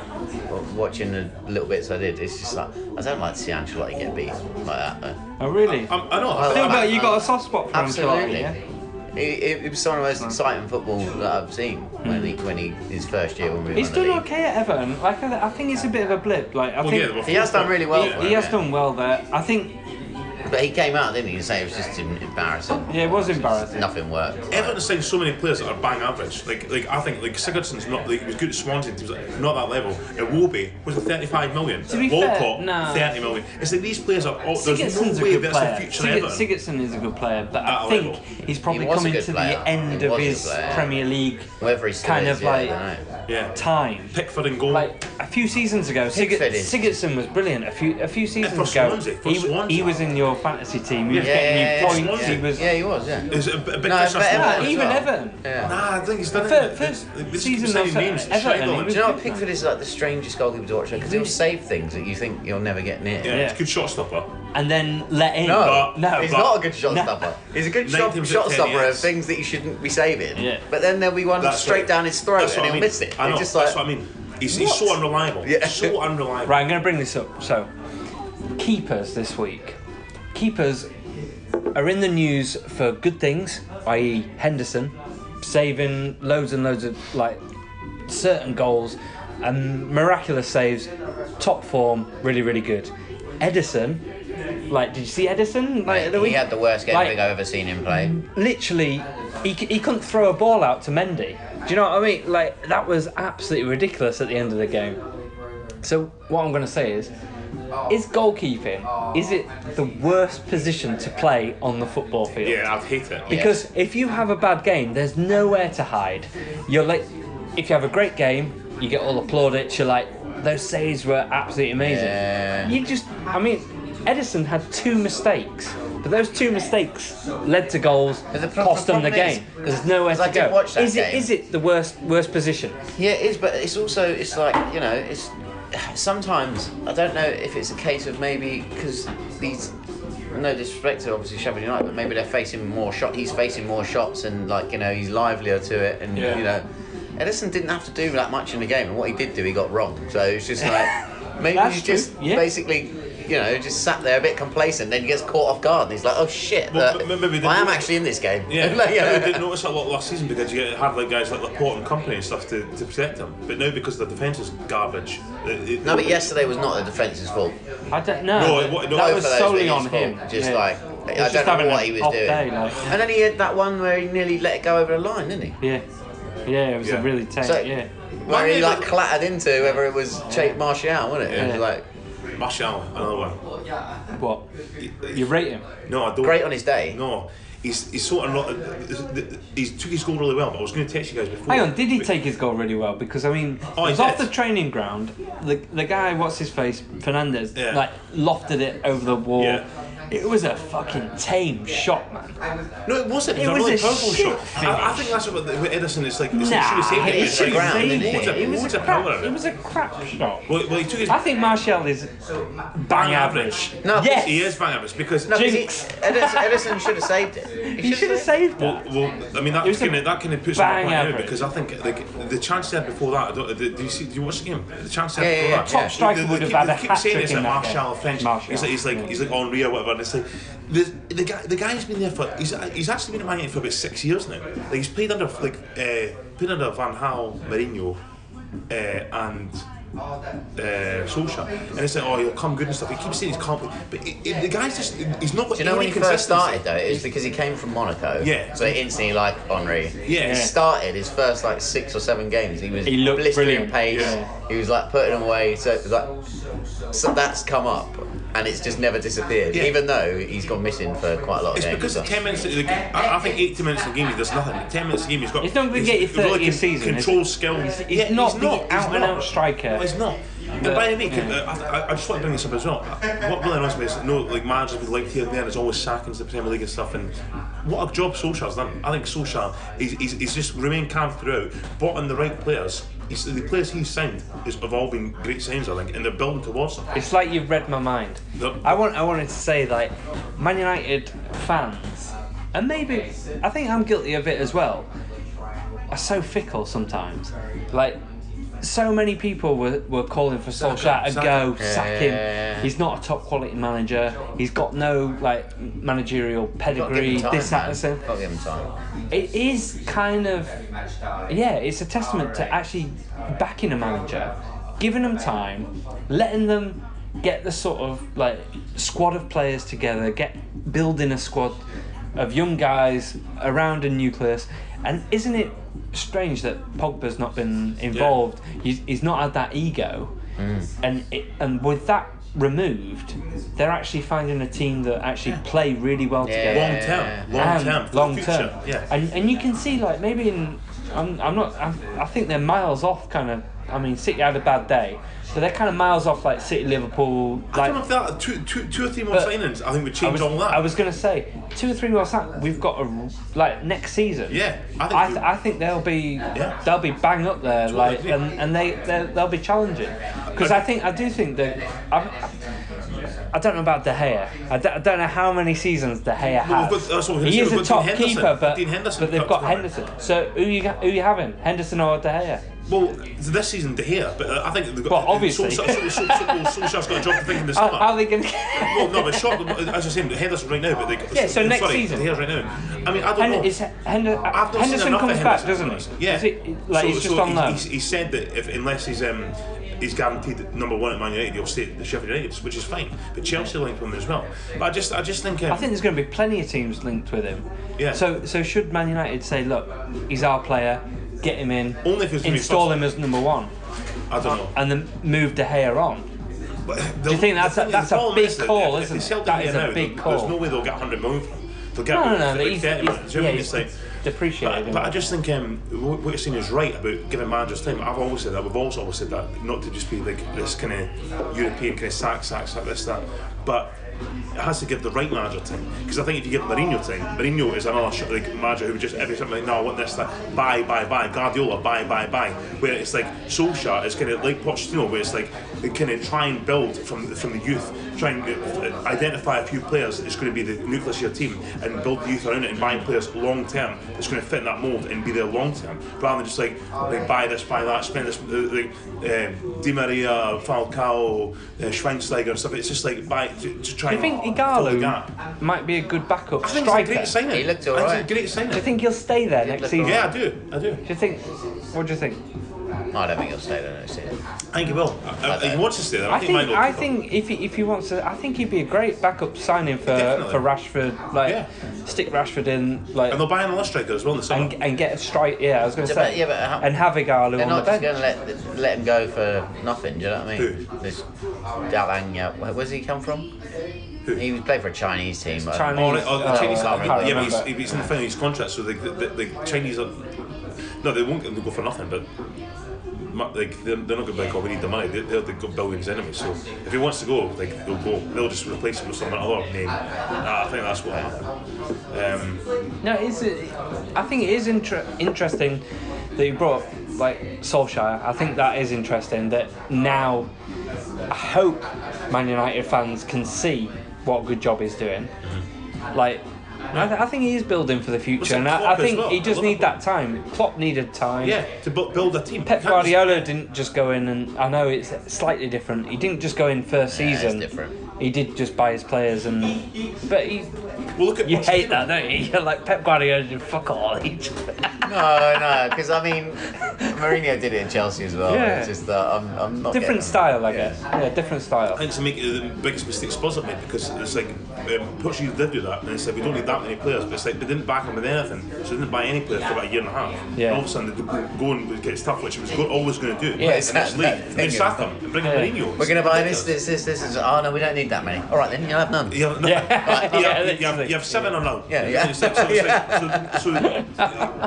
Speaker 1: well, watching the little bits I did, it's just like I don't like to see Ancelotti get beat like that. uh, Though.
Speaker 2: Oh, really?
Speaker 3: I'm, I know. Um, I
Speaker 1: I like
Speaker 3: think
Speaker 2: Still
Speaker 1: that.
Speaker 2: got you got a soft spot for Ancelotti.
Speaker 1: Absolutely.
Speaker 2: Yeah?
Speaker 1: It, it, it was some of the most exciting football that I've seen when he when he his first year when we
Speaker 2: Hmm. He's
Speaker 1: won the
Speaker 2: done
Speaker 1: league.
Speaker 2: okay at Everton. Like I, I think it's a bit of a blip. Like I
Speaker 3: Well, yeah,
Speaker 2: think
Speaker 3: they were
Speaker 1: He has done really well.
Speaker 2: he,
Speaker 1: for
Speaker 2: he
Speaker 1: him,
Speaker 2: has
Speaker 1: yeah.
Speaker 2: done well there. I think
Speaker 1: But he came out, didn't he, and said it was just em- embarrassing.
Speaker 2: yeah, it was
Speaker 1: Just
Speaker 2: embarrassing.
Speaker 1: Nothing worked.
Speaker 3: Everton has signed so many players that are bang average. Like, like I think like Sigurdsson's not. Like, he was good at Swansea. He was like, not that level. Iwobi was a 35 million.
Speaker 2: be fair,
Speaker 3: Walcott,
Speaker 2: no.
Speaker 3: 30 million. It's like these players are. All, there's
Speaker 2: Sigurdsson's a
Speaker 3: no way
Speaker 2: good
Speaker 3: that's
Speaker 2: player.
Speaker 3: the future
Speaker 2: Sigurd-
Speaker 3: Everton.
Speaker 2: Sigurdsson is a good player, but I
Speaker 3: At that
Speaker 2: think
Speaker 3: level.
Speaker 2: he's probably
Speaker 1: He was a
Speaker 2: coming
Speaker 1: good
Speaker 2: to
Speaker 1: player.
Speaker 2: the end
Speaker 1: He
Speaker 2: of
Speaker 1: was a
Speaker 2: his
Speaker 1: good player.
Speaker 2: Premier League
Speaker 1: Whether he still
Speaker 2: kind
Speaker 1: is,
Speaker 2: of
Speaker 1: yeah, I
Speaker 2: like
Speaker 1: don't know.
Speaker 3: yeah.
Speaker 2: time.
Speaker 3: Pickford and goal.
Speaker 2: Like a few seasons ago, Sigurd,
Speaker 1: Pickford is-
Speaker 2: Sigurdsson was brilliant. A few a few seasons
Speaker 3: for
Speaker 2: ago,
Speaker 3: Swansea, for
Speaker 2: he, w-
Speaker 3: Swansea.
Speaker 2: he was in your fantasy team. He was
Speaker 3: Yeah,
Speaker 2: getting
Speaker 1: yeah,
Speaker 2: you
Speaker 1: yeah,
Speaker 2: points.
Speaker 1: yeah.
Speaker 2: He was
Speaker 1: Yeah, he was. Yeah.
Speaker 3: It's a, a big
Speaker 1: No,
Speaker 3: fish
Speaker 1: but Everton
Speaker 2: Nah,
Speaker 1: as
Speaker 2: even
Speaker 1: well.
Speaker 2: Everton.
Speaker 1: Yeah.
Speaker 3: Nah, I think he's done
Speaker 2: Fir-
Speaker 3: it.
Speaker 2: first
Speaker 3: They- they just
Speaker 2: season
Speaker 3: keep signing
Speaker 2: of
Speaker 3: names. It's
Speaker 2: Everton,
Speaker 3: shite on
Speaker 2: it
Speaker 3: him.
Speaker 1: Do
Speaker 2: was-
Speaker 1: you know what Pickford is like the strangest goalkeeper to watch though, because he'll save things that you think you'll never get near.
Speaker 3: Yeah, it's a
Speaker 2: Yeah.
Speaker 3: good shot stopper.
Speaker 2: and then let in.
Speaker 1: No,
Speaker 3: But-
Speaker 2: no,
Speaker 1: he's
Speaker 3: but-
Speaker 1: not a good shot
Speaker 2: No.
Speaker 1: stopper. He's a good
Speaker 3: Nine
Speaker 1: shot,
Speaker 3: teams
Speaker 1: shot
Speaker 3: with 10
Speaker 1: stopper of
Speaker 3: yards.
Speaker 1: things that you shouldn't be saving.
Speaker 2: Yeah.
Speaker 1: But then there'll be one
Speaker 3: That's
Speaker 1: straight
Speaker 3: right.
Speaker 1: down his throat
Speaker 3: That's
Speaker 1: and
Speaker 3: what
Speaker 1: he'll
Speaker 3: I mean.
Speaker 1: miss it.
Speaker 3: I know.
Speaker 1: It's just
Speaker 3: that's
Speaker 1: like
Speaker 3: what I mean. He's, he's so
Speaker 2: What?
Speaker 3: unreliable.
Speaker 1: Yeah.
Speaker 3: So unreliable.
Speaker 2: Right, I'm going to bring this up. So, keepers this week. Keepers are in the news for good things, i.e., Henderson saving loads and loads of like certain goals and miraculous saves. Top form, really, really good. Edison, like, did you see Edison? Like, at the
Speaker 1: he
Speaker 2: week?
Speaker 1: had the worst game I
Speaker 2: Like-
Speaker 1: think I've ever seen him play.
Speaker 2: literally he, c- he couldn't throw a ball out to Mendy. Do you know what I mean? Like that was absolutely ridiculous at the end of the game. So what I'm going to say is is goalkeeping is it the worst position to play on the football field?
Speaker 3: Yeah, I've hate it.
Speaker 2: Because if you have a bad game, there's nowhere to hide. You're like if you have a great game, you get all the plaudits, you're like those saves were absolutely amazing.
Speaker 1: Yeah.
Speaker 2: You just, I mean, Edison had two mistakes, but those two mistakes led to goals,
Speaker 1: the pro-
Speaker 2: cost
Speaker 1: the
Speaker 2: them the
Speaker 1: problem is-
Speaker 2: game. There's nowhere
Speaker 1: 'cause
Speaker 2: to
Speaker 1: I did
Speaker 2: go.
Speaker 1: watch that
Speaker 2: is it
Speaker 1: game.
Speaker 2: is it the worst worst position?
Speaker 1: Yeah, it is, but it's also it's like you know it's sometimes I don't know if it's a case of maybe because these no disrespect to obviously Sheffield United, but maybe they're facing more shot. He's facing more shots, and like you know he's livelier to it, and
Speaker 3: Yeah.
Speaker 1: you know Edison didn't have to do that much in the game, and what he did do, he got wrong. So it's just like maybe
Speaker 2: That's
Speaker 1: he's
Speaker 2: true,
Speaker 1: just
Speaker 2: yeah.
Speaker 1: basically. You know, just sat there a bit complacent, then he gets caught off guard, and he's like, "Oh shit,
Speaker 3: Well,
Speaker 1: that-
Speaker 3: m- maybe they
Speaker 1: I am
Speaker 3: don't-
Speaker 1: actually in this game."
Speaker 3: Yeah,
Speaker 1: Like,
Speaker 3: I didn't notice that a lot last season because you had like guys like Laporte and company and stuff to, to protect them. But now because the defence is garbage, it, it,
Speaker 1: no, but yesterday was not the defence's fault.
Speaker 2: I don't know.
Speaker 3: No, it wa-
Speaker 2: that
Speaker 3: no,
Speaker 1: both
Speaker 2: was
Speaker 1: of those
Speaker 2: solely
Speaker 1: were
Speaker 2: on
Speaker 1: his
Speaker 2: him.
Speaker 1: fault. Just
Speaker 2: yeah.
Speaker 1: like
Speaker 2: He's
Speaker 1: I
Speaker 2: just
Speaker 1: don't know
Speaker 2: having
Speaker 1: what
Speaker 2: an
Speaker 1: he was
Speaker 2: off
Speaker 1: doing.
Speaker 2: day, like.
Speaker 1: And then he had that one where he nearly let it go over the line, didn't he?
Speaker 2: yeah, yeah, it was
Speaker 3: Yeah.
Speaker 2: a really tight.
Speaker 1: So
Speaker 2: yeah,
Speaker 1: where he
Speaker 3: Monday
Speaker 1: like
Speaker 3: was-
Speaker 1: clattered into whether it was Jake Martial, wasn't it? It
Speaker 2: Yeah.
Speaker 1: was like
Speaker 3: Martial, another one.
Speaker 2: what? You rate him?
Speaker 3: No, I don't.
Speaker 1: great on his day.
Speaker 3: No, he's he's sort of not. He's took his goal really well. But I was going to text you guys before.
Speaker 2: Hang on, did he
Speaker 3: But-
Speaker 2: take his goal really well? Because I mean,
Speaker 3: Oh,
Speaker 2: it
Speaker 3: he
Speaker 2: was off
Speaker 3: did.
Speaker 2: the training ground. The the guy, what's his face, Fernandez,
Speaker 3: Yeah.
Speaker 2: like lofted it over the wall.
Speaker 3: Yeah.
Speaker 2: It was a fucking tame shot, man.
Speaker 3: No, it wasn't. It
Speaker 2: It
Speaker 3: was,
Speaker 2: was
Speaker 3: a really
Speaker 2: a
Speaker 3: powerful
Speaker 2: shit
Speaker 3: shot. I, I think that's what the, with Edison. It's like it's like,
Speaker 2: Nah,
Speaker 3: should have saved it.
Speaker 1: he
Speaker 3: It's
Speaker 1: should
Speaker 3: like,
Speaker 1: have saved
Speaker 3: loads of-
Speaker 1: it. It
Speaker 2: was a
Speaker 3: loads of
Speaker 2: crap.
Speaker 3: power in
Speaker 2: It was a crap shot.
Speaker 3: Well, well, he took his
Speaker 2: I think Martial is bang average.
Speaker 1: No,
Speaker 2: yes,
Speaker 3: he is bang average because
Speaker 1: No, 'cause he-
Speaker 2: Jinx.
Speaker 1: Edison, Edison should have saved it.
Speaker 2: He should have saved
Speaker 3: Well,
Speaker 2: that.
Speaker 3: well, I mean
Speaker 2: It
Speaker 3: that
Speaker 2: was a
Speaker 3: kind of that kind of puts him up
Speaker 2: bang
Speaker 3: point now
Speaker 2: average.
Speaker 3: because I think like the chance he had before that. I don't, do, do you see? Do you watch the game? The chance he had
Speaker 1: Yeah, yeah,
Speaker 3: before
Speaker 1: yeah.
Speaker 3: that.
Speaker 1: Top
Speaker 3: They-
Speaker 2: striker
Speaker 3: they
Speaker 2: would
Speaker 3: keep-
Speaker 2: have had
Speaker 3: they
Speaker 2: a
Speaker 3: keep
Speaker 2: hat
Speaker 3: saying
Speaker 2: trick
Speaker 3: it's
Speaker 2: in
Speaker 3: like
Speaker 2: that game.
Speaker 3: Martial French.
Speaker 2: Martial.
Speaker 3: He's like he's like he's like Henri or whatever. And it's like the, the guy the guy's been there for he's he's actually been at Man United for about six years now. Like he's played under like uh, played under Van Gaal, Mourinho, uh, and. Uh, Solskjaer and it's like oh he'll come good and stuff he keeps saying he's calm but it, it, the guy's just he's not got
Speaker 1: Do you know when
Speaker 3: any
Speaker 1: he first
Speaker 3: consistency.
Speaker 1: started though? It was because he came from Monaco.
Speaker 3: Yeah.
Speaker 1: So instantly like Henri.
Speaker 3: Yeah.
Speaker 1: He started his first like six or seven games. He was
Speaker 2: He looked
Speaker 1: blistering
Speaker 2: brilliant.
Speaker 1: pace.
Speaker 2: Yeah.
Speaker 1: He was like putting them away. So it was like so that's come up and it's just never disappeared.
Speaker 3: Yeah.
Speaker 1: Even though he's gone missing for quite a lot of
Speaker 3: It's
Speaker 1: games.
Speaker 3: because
Speaker 1: So-
Speaker 3: ten minutes. Of the game, I, I think eight to minutes of the game he does nothing. Ten minutes of the game he's got.
Speaker 2: He's not gonna get you 30 a season, is
Speaker 3: Control skill.
Speaker 2: He's- he's not the out-and-out striker.
Speaker 3: No, he's not.
Speaker 2: But-
Speaker 3: And by the way, can-
Speaker 2: yeah.
Speaker 3: I, I- I just want to bring this up as well. What really annoys me is no like managers would like here and there. There's always sackings in the Premier League and stuff. And what a job Solskjaer's done. I think Solskjaer is he's, he's just remained calm throughout, bought in the right players. He's, the players he's signed is have all been great signs, I think, and they're building towards them.
Speaker 2: It's like you've read my mind.
Speaker 3: Yep.
Speaker 2: I want I wanted to say like Man United fans and maybe I think I'm guilty of it as well are so fickle sometimes. Like so many people were, were calling for Solskjaer to
Speaker 3: Sack
Speaker 2: go,
Speaker 3: him,
Speaker 2: sack
Speaker 1: Yeah, yeah, yeah.
Speaker 2: him. He's not a top quality manager. He's got no like managerial
Speaker 1: Gotta give him
Speaker 2: pedigree.
Speaker 1: time,
Speaker 2: This, that,
Speaker 1: man.
Speaker 2: and so.
Speaker 1: Gotta give him time.
Speaker 2: It is kind of yeah. It's a testament to actually backing a manager, giving them time, letting them get the sort of like squad of players together, get building a squad of young guys around a nucleus. And isn't it strange that Pogba's not been involved? He's, he's not had that ego, and it, and with that removed, they're actually finding a team that actually play really well together
Speaker 3: Long term, long
Speaker 2: and
Speaker 3: term, for the
Speaker 2: long
Speaker 3: future,
Speaker 2: term.
Speaker 3: Yeah.
Speaker 2: And and you can see like maybe in I'm, I'm not I'm, I think they're miles off kind of. I mean, City had a bad day, so they're kind of miles off like City, Liverpool. Like,
Speaker 3: I don't know if that two, two, two or three more
Speaker 2: But-
Speaker 3: signings. I think would
Speaker 2: I
Speaker 3: change
Speaker 2: was,
Speaker 3: all that.
Speaker 2: I was gonna say two or three more sack. We've got a like next season.
Speaker 3: Yeah, I
Speaker 2: I
Speaker 3: think
Speaker 2: I,
Speaker 3: we-
Speaker 2: th- I think they'll be they'll be bang up there like
Speaker 3: agree.
Speaker 2: and, and they they'll they'll be challenging because I think I do think that I'm, I don't know about De Gea. I don't, I don't know how many seasons De Gea
Speaker 3: Well,
Speaker 2: has.
Speaker 3: we've got- that's what I was gonna
Speaker 2: he
Speaker 3: say,
Speaker 2: is
Speaker 3: we've
Speaker 2: a
Speaker 3: got
Speaker 2: top
Speaker 3: Dean Henderson.
Speaker 2: keeper, but,
Speaker 3: Dean Henderson
Speaker 2: but they've
Speaker 3: got
Speaker 2: got
Speaker 3: to come in.
Speaker 2: Henderson. So who you got- who you having? Henderson or De Gea?
Speaker 3: well, this season De Gea, but uh, I think they've got.
Speaker 2: Well, obviously.
Speaker 3: Solskjaer- Solskjaer- Solskjaer- Solskjaer's got a job to think in the
Speaker 2: How,
Speaker 3: summer.
Speaker 2: how are they gonna?
Speaker 3: Well, no, but short, as I was saying, Henderson right now, but they
Speaker 2: Yeah, so
Speaker 3: I'm
Speaker 2: next
Speaker 3: sorry,
Speaker 2: season.
Speaker 3: De Gea's right now. I mean, I don't
Speaker 2: Hen-
Speaker 3: know.
Speaker 2: is Hender-
Speaker 3: I've not seen
Speaker 2: Henderson
Speaker 3: enough of
Speaker 2: comes back,
Speaker 3: Henderson,
Speaker 2: doesn't
Speaker 3: to
Speaker 2: he?
Speaker 3: be honest. Yeah.
Speaker 2: Is he- like
Speaker 3: so,
Speaker 2: he's just
Speaker 3: so
Speaker 2: on
Speaker 3: he-
Speaker 2: loan.
Speaker 3: He's, he said that if unless he's um he's guaranteed number one at Man United, he'll stay at the Sheffield United, which is fine. But Chelsea linked with him as well. But I just I just think um,
Speaker 2: I think there's going to be plenty of teams linked with him.
Speaker 3: Yeah.
Speaker 2: So so should Man United say, look, he's our player, get him in,
Speaker 3: Only if it's gonna be
Speaker 2: install
Speaker 3: first.
Speaker 2: him as number one,
Speaker 3: I don't know.
Speaker 2: and then move De Gea on.
Speaker 3: But the,
Speaker 2: you think that's a-
Speaker 3: the thing is,
Speaker 2: that's
Speaker 3: the
Speaker 2: a
Speaker 3: problem
Speaker 2: big
Speaker 3: is that
Speaker 2: call,
Speaker 3: if,
Speaker 2: isn't
Speaker 3: if
Speaker 2: it?
Speaker 3: they sell
Speaker 2: That
Speaker 3: De Gea
Speaker 2: is a
Speaker 3: now,
Speaker 2: big
Speaker 3: there- There's
Speaker 2: call.
Speaker 3: no way they'll get 100 million from him. They'll get
Speaker 2: No, no,
Speaker 3: rid
Speaker 2: no.
Speaker 3: of
Speaker 2: that
Speaker 3: the
Speaker 2: he's,
Speaker 3: 30 million.
Speaker 2: he's-
Speaker 3: Do you
Speaker 2: yeah,
Speaker 3: know what I mean?
Speaker 2: he's
Speaker 3: It's like-
Speaker 2: depreciated.
Speaker 3: But, but I just think um, what what you're saying is right about giving managers time. I've always said that. We've also always said that, not to just be like this kind of European kind of sack, sack, sack, this, that. But it has to give the right manager time because I think if you give Mourinho time, Mourinho is another sh- like manager who would just every time like, no, I want this, that, buy, buy, buy, Guardiola, buy, buy, buy. Where it's like Solskjaer is kind of like Pochettino, where it's like they kind of try and build from from the youth, try and uh, identify a few players that's going to be the nucleus of your team and build the youth around it and buy players long term that's going to fit in that mould and be there long term rather than just like, like buy this, buy that, spend this, uh, like, um, Di Maria, Falcao, uh, Schweinsteiger and stuff. It's just like buy to, to try
Speaker 2: I think
Speaker 3: and fill the
Speaker 2: Igalo
Speaker 3: gap.
Speaker 2: might be a good backup
Speaker 3: I think it's a
Speaker 2: striker.
Speaker 3: great
Speaker 2: Do
Speaker 3: signing.
Speaker 1: He looked
Speaker 3: I think
Speaker 1: alright.
Speaker 3: it's a great signing.
Speaker 2: you think he'll stay there next
Speaker 1: look
Speaker 2: season?
Speaker 1: alright.
Speaker 3: yeah, I do. I do.
Speaker 2: Do you think? What do you think?
Speaker 1: I don't think he'll stay there next season.
Speaker 3: I think he will. I, I, Uh, he wants to stay there. I,
Speaker 2: I think
Speaker 3: Michael-
Speaker 2: I think if he, if he wants to, I think he'd be a great backup signing for
Speaker 3: Definitely.
Speaker 2: for Rashford. Like
Speaker 3: Yeah.
Speaker 2: stick Rashford in, like
Speaker 3: And they'll buy another striker as well in the summer.
Speaker 2: and, and get a strike. Yeah, I was going to
Speaker 1: Yeah, but-
Speaker 2: say.
Speaker 1: yeah, but how-
Speaker 2: and have Igalo
Speaker 1: They're
Speaker 2: on the
Speaker 1: not
Speaker 2: bench.
Speaker 1: just going to let let him go for nothing. Do you know what I mean?
Speaker 3: Who?
Speaker 1: This Dalanya. Where, where's he come from?
Speaker 3: Who?
Speaker 1: He was played for a Chinese team. but-
Speaker 2: Chinese.
Speaker 3: Oh, right, oh, the
Speaker 2: Oh,
Speaker 3: Chinese.
Speaker 1: I can't
Speaker 3: yeah,
Speaker 2: remember.
Speaker 3: but he's, he's in the final of his contract, so the, the, the, the Chinese are. No, they won't they'll go for nothing, but. mu- Like they're, they're not going to be like, oh, we need the money. They, they'll, they've got billions anyway. So if he wants to go, like they'll go. They'll just replace him with some other name. Uh, I think that's what happened. Um,
Speaker 2: No, it's. I think it is inter- interesting that you brought up, like Solskjaer. I think that is interesting that now. I hope Man United fans can see what a good job he's doing. Like. I, th- I think he is building for the future,
Speaker 3: it
Speaker 2: and I, I
Speaker 3: Mm-hmm. Klopp as
Speaker 2: think
Speaker 3: well?
Speaker 2: he
Speaker 3: I
Speaker 2: just
Speaker 3: love
Speaker 2: need
Speaker 3: Klopp.
Speaker 2: that time. Klopp needed time.
Speaker 3: yeah, to bu- build a team.
Speaker 2: Pep
Speaker 3: You can't just-
Speaker 2: Guardiola didn't just go in and I know it's slightly different. He didn't just go in first
Speaker 1: Yeah, it's
Speaker 2: season.
Speaker 1: different.
Speaker 2: He did just buy his players and but he
Speaker 3: Well, look at
Speaker 2: you
Speaker 3: Pochettino.
Speaker 2: hate that, don't you? You're like Pep Guardiola did fuck all. He just-
Speaker 1: No, no, because I mean, Mourinho did it in Chelsea as well.
Speaker 2: Yeah.
Speaker 1: It's just that I'm, I'm not
Speaker 2: different
Speaker 1: getting-
Speaker 2: style, I
Speaker 1: Yeah.
Speaker 2: guess. Yeah, different style.
Speaker 3: I think to make the biggest mistake Spurs have made because it's like um, Pochettino did do that and they said we don't need that many players, but it's like they didn't back him with anything, so they didn't buy any players for about a year and a half.
Speaker 2: Yeah.
Speaker 3: And all of a sudden they go go and get stuff which he was go- always going to do.
Speaker 2: Yeah,
Speaker 3: it's
Speaker 1: it's that- that
Speaker 3: And they
Speaker 1: thing
Speaker 3: sack
Speaker 1: of-
Speaker 3: him and bring
Speaker 2: Yeah.
Speaker 3: in Mourinho.
Speaker 1: We're gonna buy this, this, this, this. Is, oh no, we don't need that many. All right, then you'll have none.
Speaker 3: You have,
Speaker 2: Yeah.
Speaker 3: uh, you,
Speaker 2: Yeah,
Speaker 3: have, you,
Speaker 2: literally.
Speaker 3: have, you have seven or no?
Speaker 1: Yeah, yeah.
Speaker 3: So, so, so, so uh,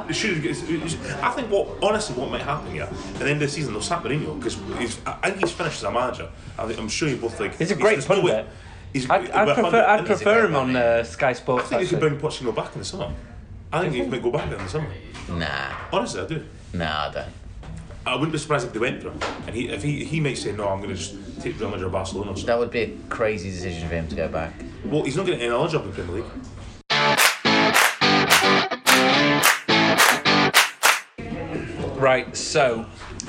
Speaker 3: it should, it's- it's- I think what honestly what might happen here at the end of the season they'll sack Mourinho because I think he's finished as a manager. I think, I'm sure you both think
Speaker 2: He's a great
Speaker 3: there's no way-
Speaker 2: pundit.
Speaker 3: He's,
Speaker 2: I'd,
Speaker 3: we're
Speaker 2: I'd
Speaker 3: a
Speaker 2: prefer
Speaker 3: pundit,
Speaker 2: I'd
Speaker 3: and he's a
Speaker 2: prefer
Speaker 1: great
Speaker 2: him on uh, Sky Sports.
Speaker 3: I think you could
Speaker 2: actually.
Speaker 3: bring Pochettino back in the summer. I think he might go back there in the summer.
Speaker 1: Nah,
Speaker 3: Honestly, I do.
Speaker 1: nah, I don't.
Speaker 3: I wouldn't be surprised if they went for him. And he, if he, he might say, no, I'm going to just take Real Madrid or Barcelona or something.
Speaker 1: That would be a crazy decision for him to go back.
Speaker 3: Well, he's not getting another job in the Premier League.
Speaker 2: Right, so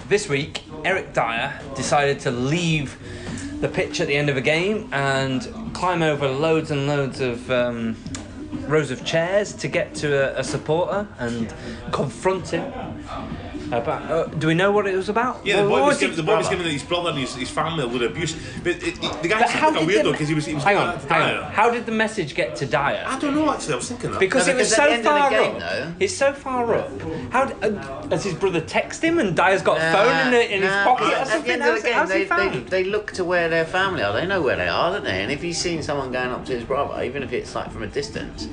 Speaker 2: This week, Eric Dyer decided to leave the pitch at the end of a game and climb over loads and loads of um, rows of chairs to get to a, a supporter and confront him. About, uh, do we know what it was about?
Speaker 3: Yeah, the
Speaker 2: What-
Speaker 3: boy
Speaker 2: what
Speaker 3: was,
Speaker 2: was
Speaker 3: giving,
Speaker 2: it
Speaker 3: the boy was
Speaker 2: about?
Speaker 3: giving his brother and his, his family a load of abuse. But it, it- the guy
Speaker 2: But
Speaker 3: seemed
Speaker 2: how
Speaker 3: like a
Speaker 2: did
Speaker 3: weirdo
Speaker 2: the-
Speaker 3: because he was, he was
Speaker 2: hang
Speaker 3: giving
Speaker 2: on,
Speaker 3: that to
Speaker 2: hang
Speaker 3: Dyer.
Speaker 2: on. How did the message get to Dyer?
Speaker 3: I don't know actually, I was thinking that.
Speaker 2: Because
Speaker 1: No,
Speaker 2: it was
Speaker 1: because at the
Speaker 2: so
Speaker 1: end of the
Speaker 2: far
Speaker 1: game,
Speaker 2: up.
Speaker 1: though-
Speaker 2: It's so far up. How d- uh, has his brother text him and Dyer's got a
Speaker 1: Nah,
Speaker 2: phone in, the, in his
Speaker 1: nah,
Speaker 2: pocket
Speaker 1: at
Speaker 2: or
Speaker 1: the
Speaker 2: something?
Speaker 1: end of the
Speaker 2: How's,
Speaker 1: game,
Speaker 2: how's
Speaker 1: they,
Speaker 2: he found?
Speaker 1: They, they look to where their family are. They know where they are, don't they? And if he's seen someone going up to his brother, even if it's like from a distance,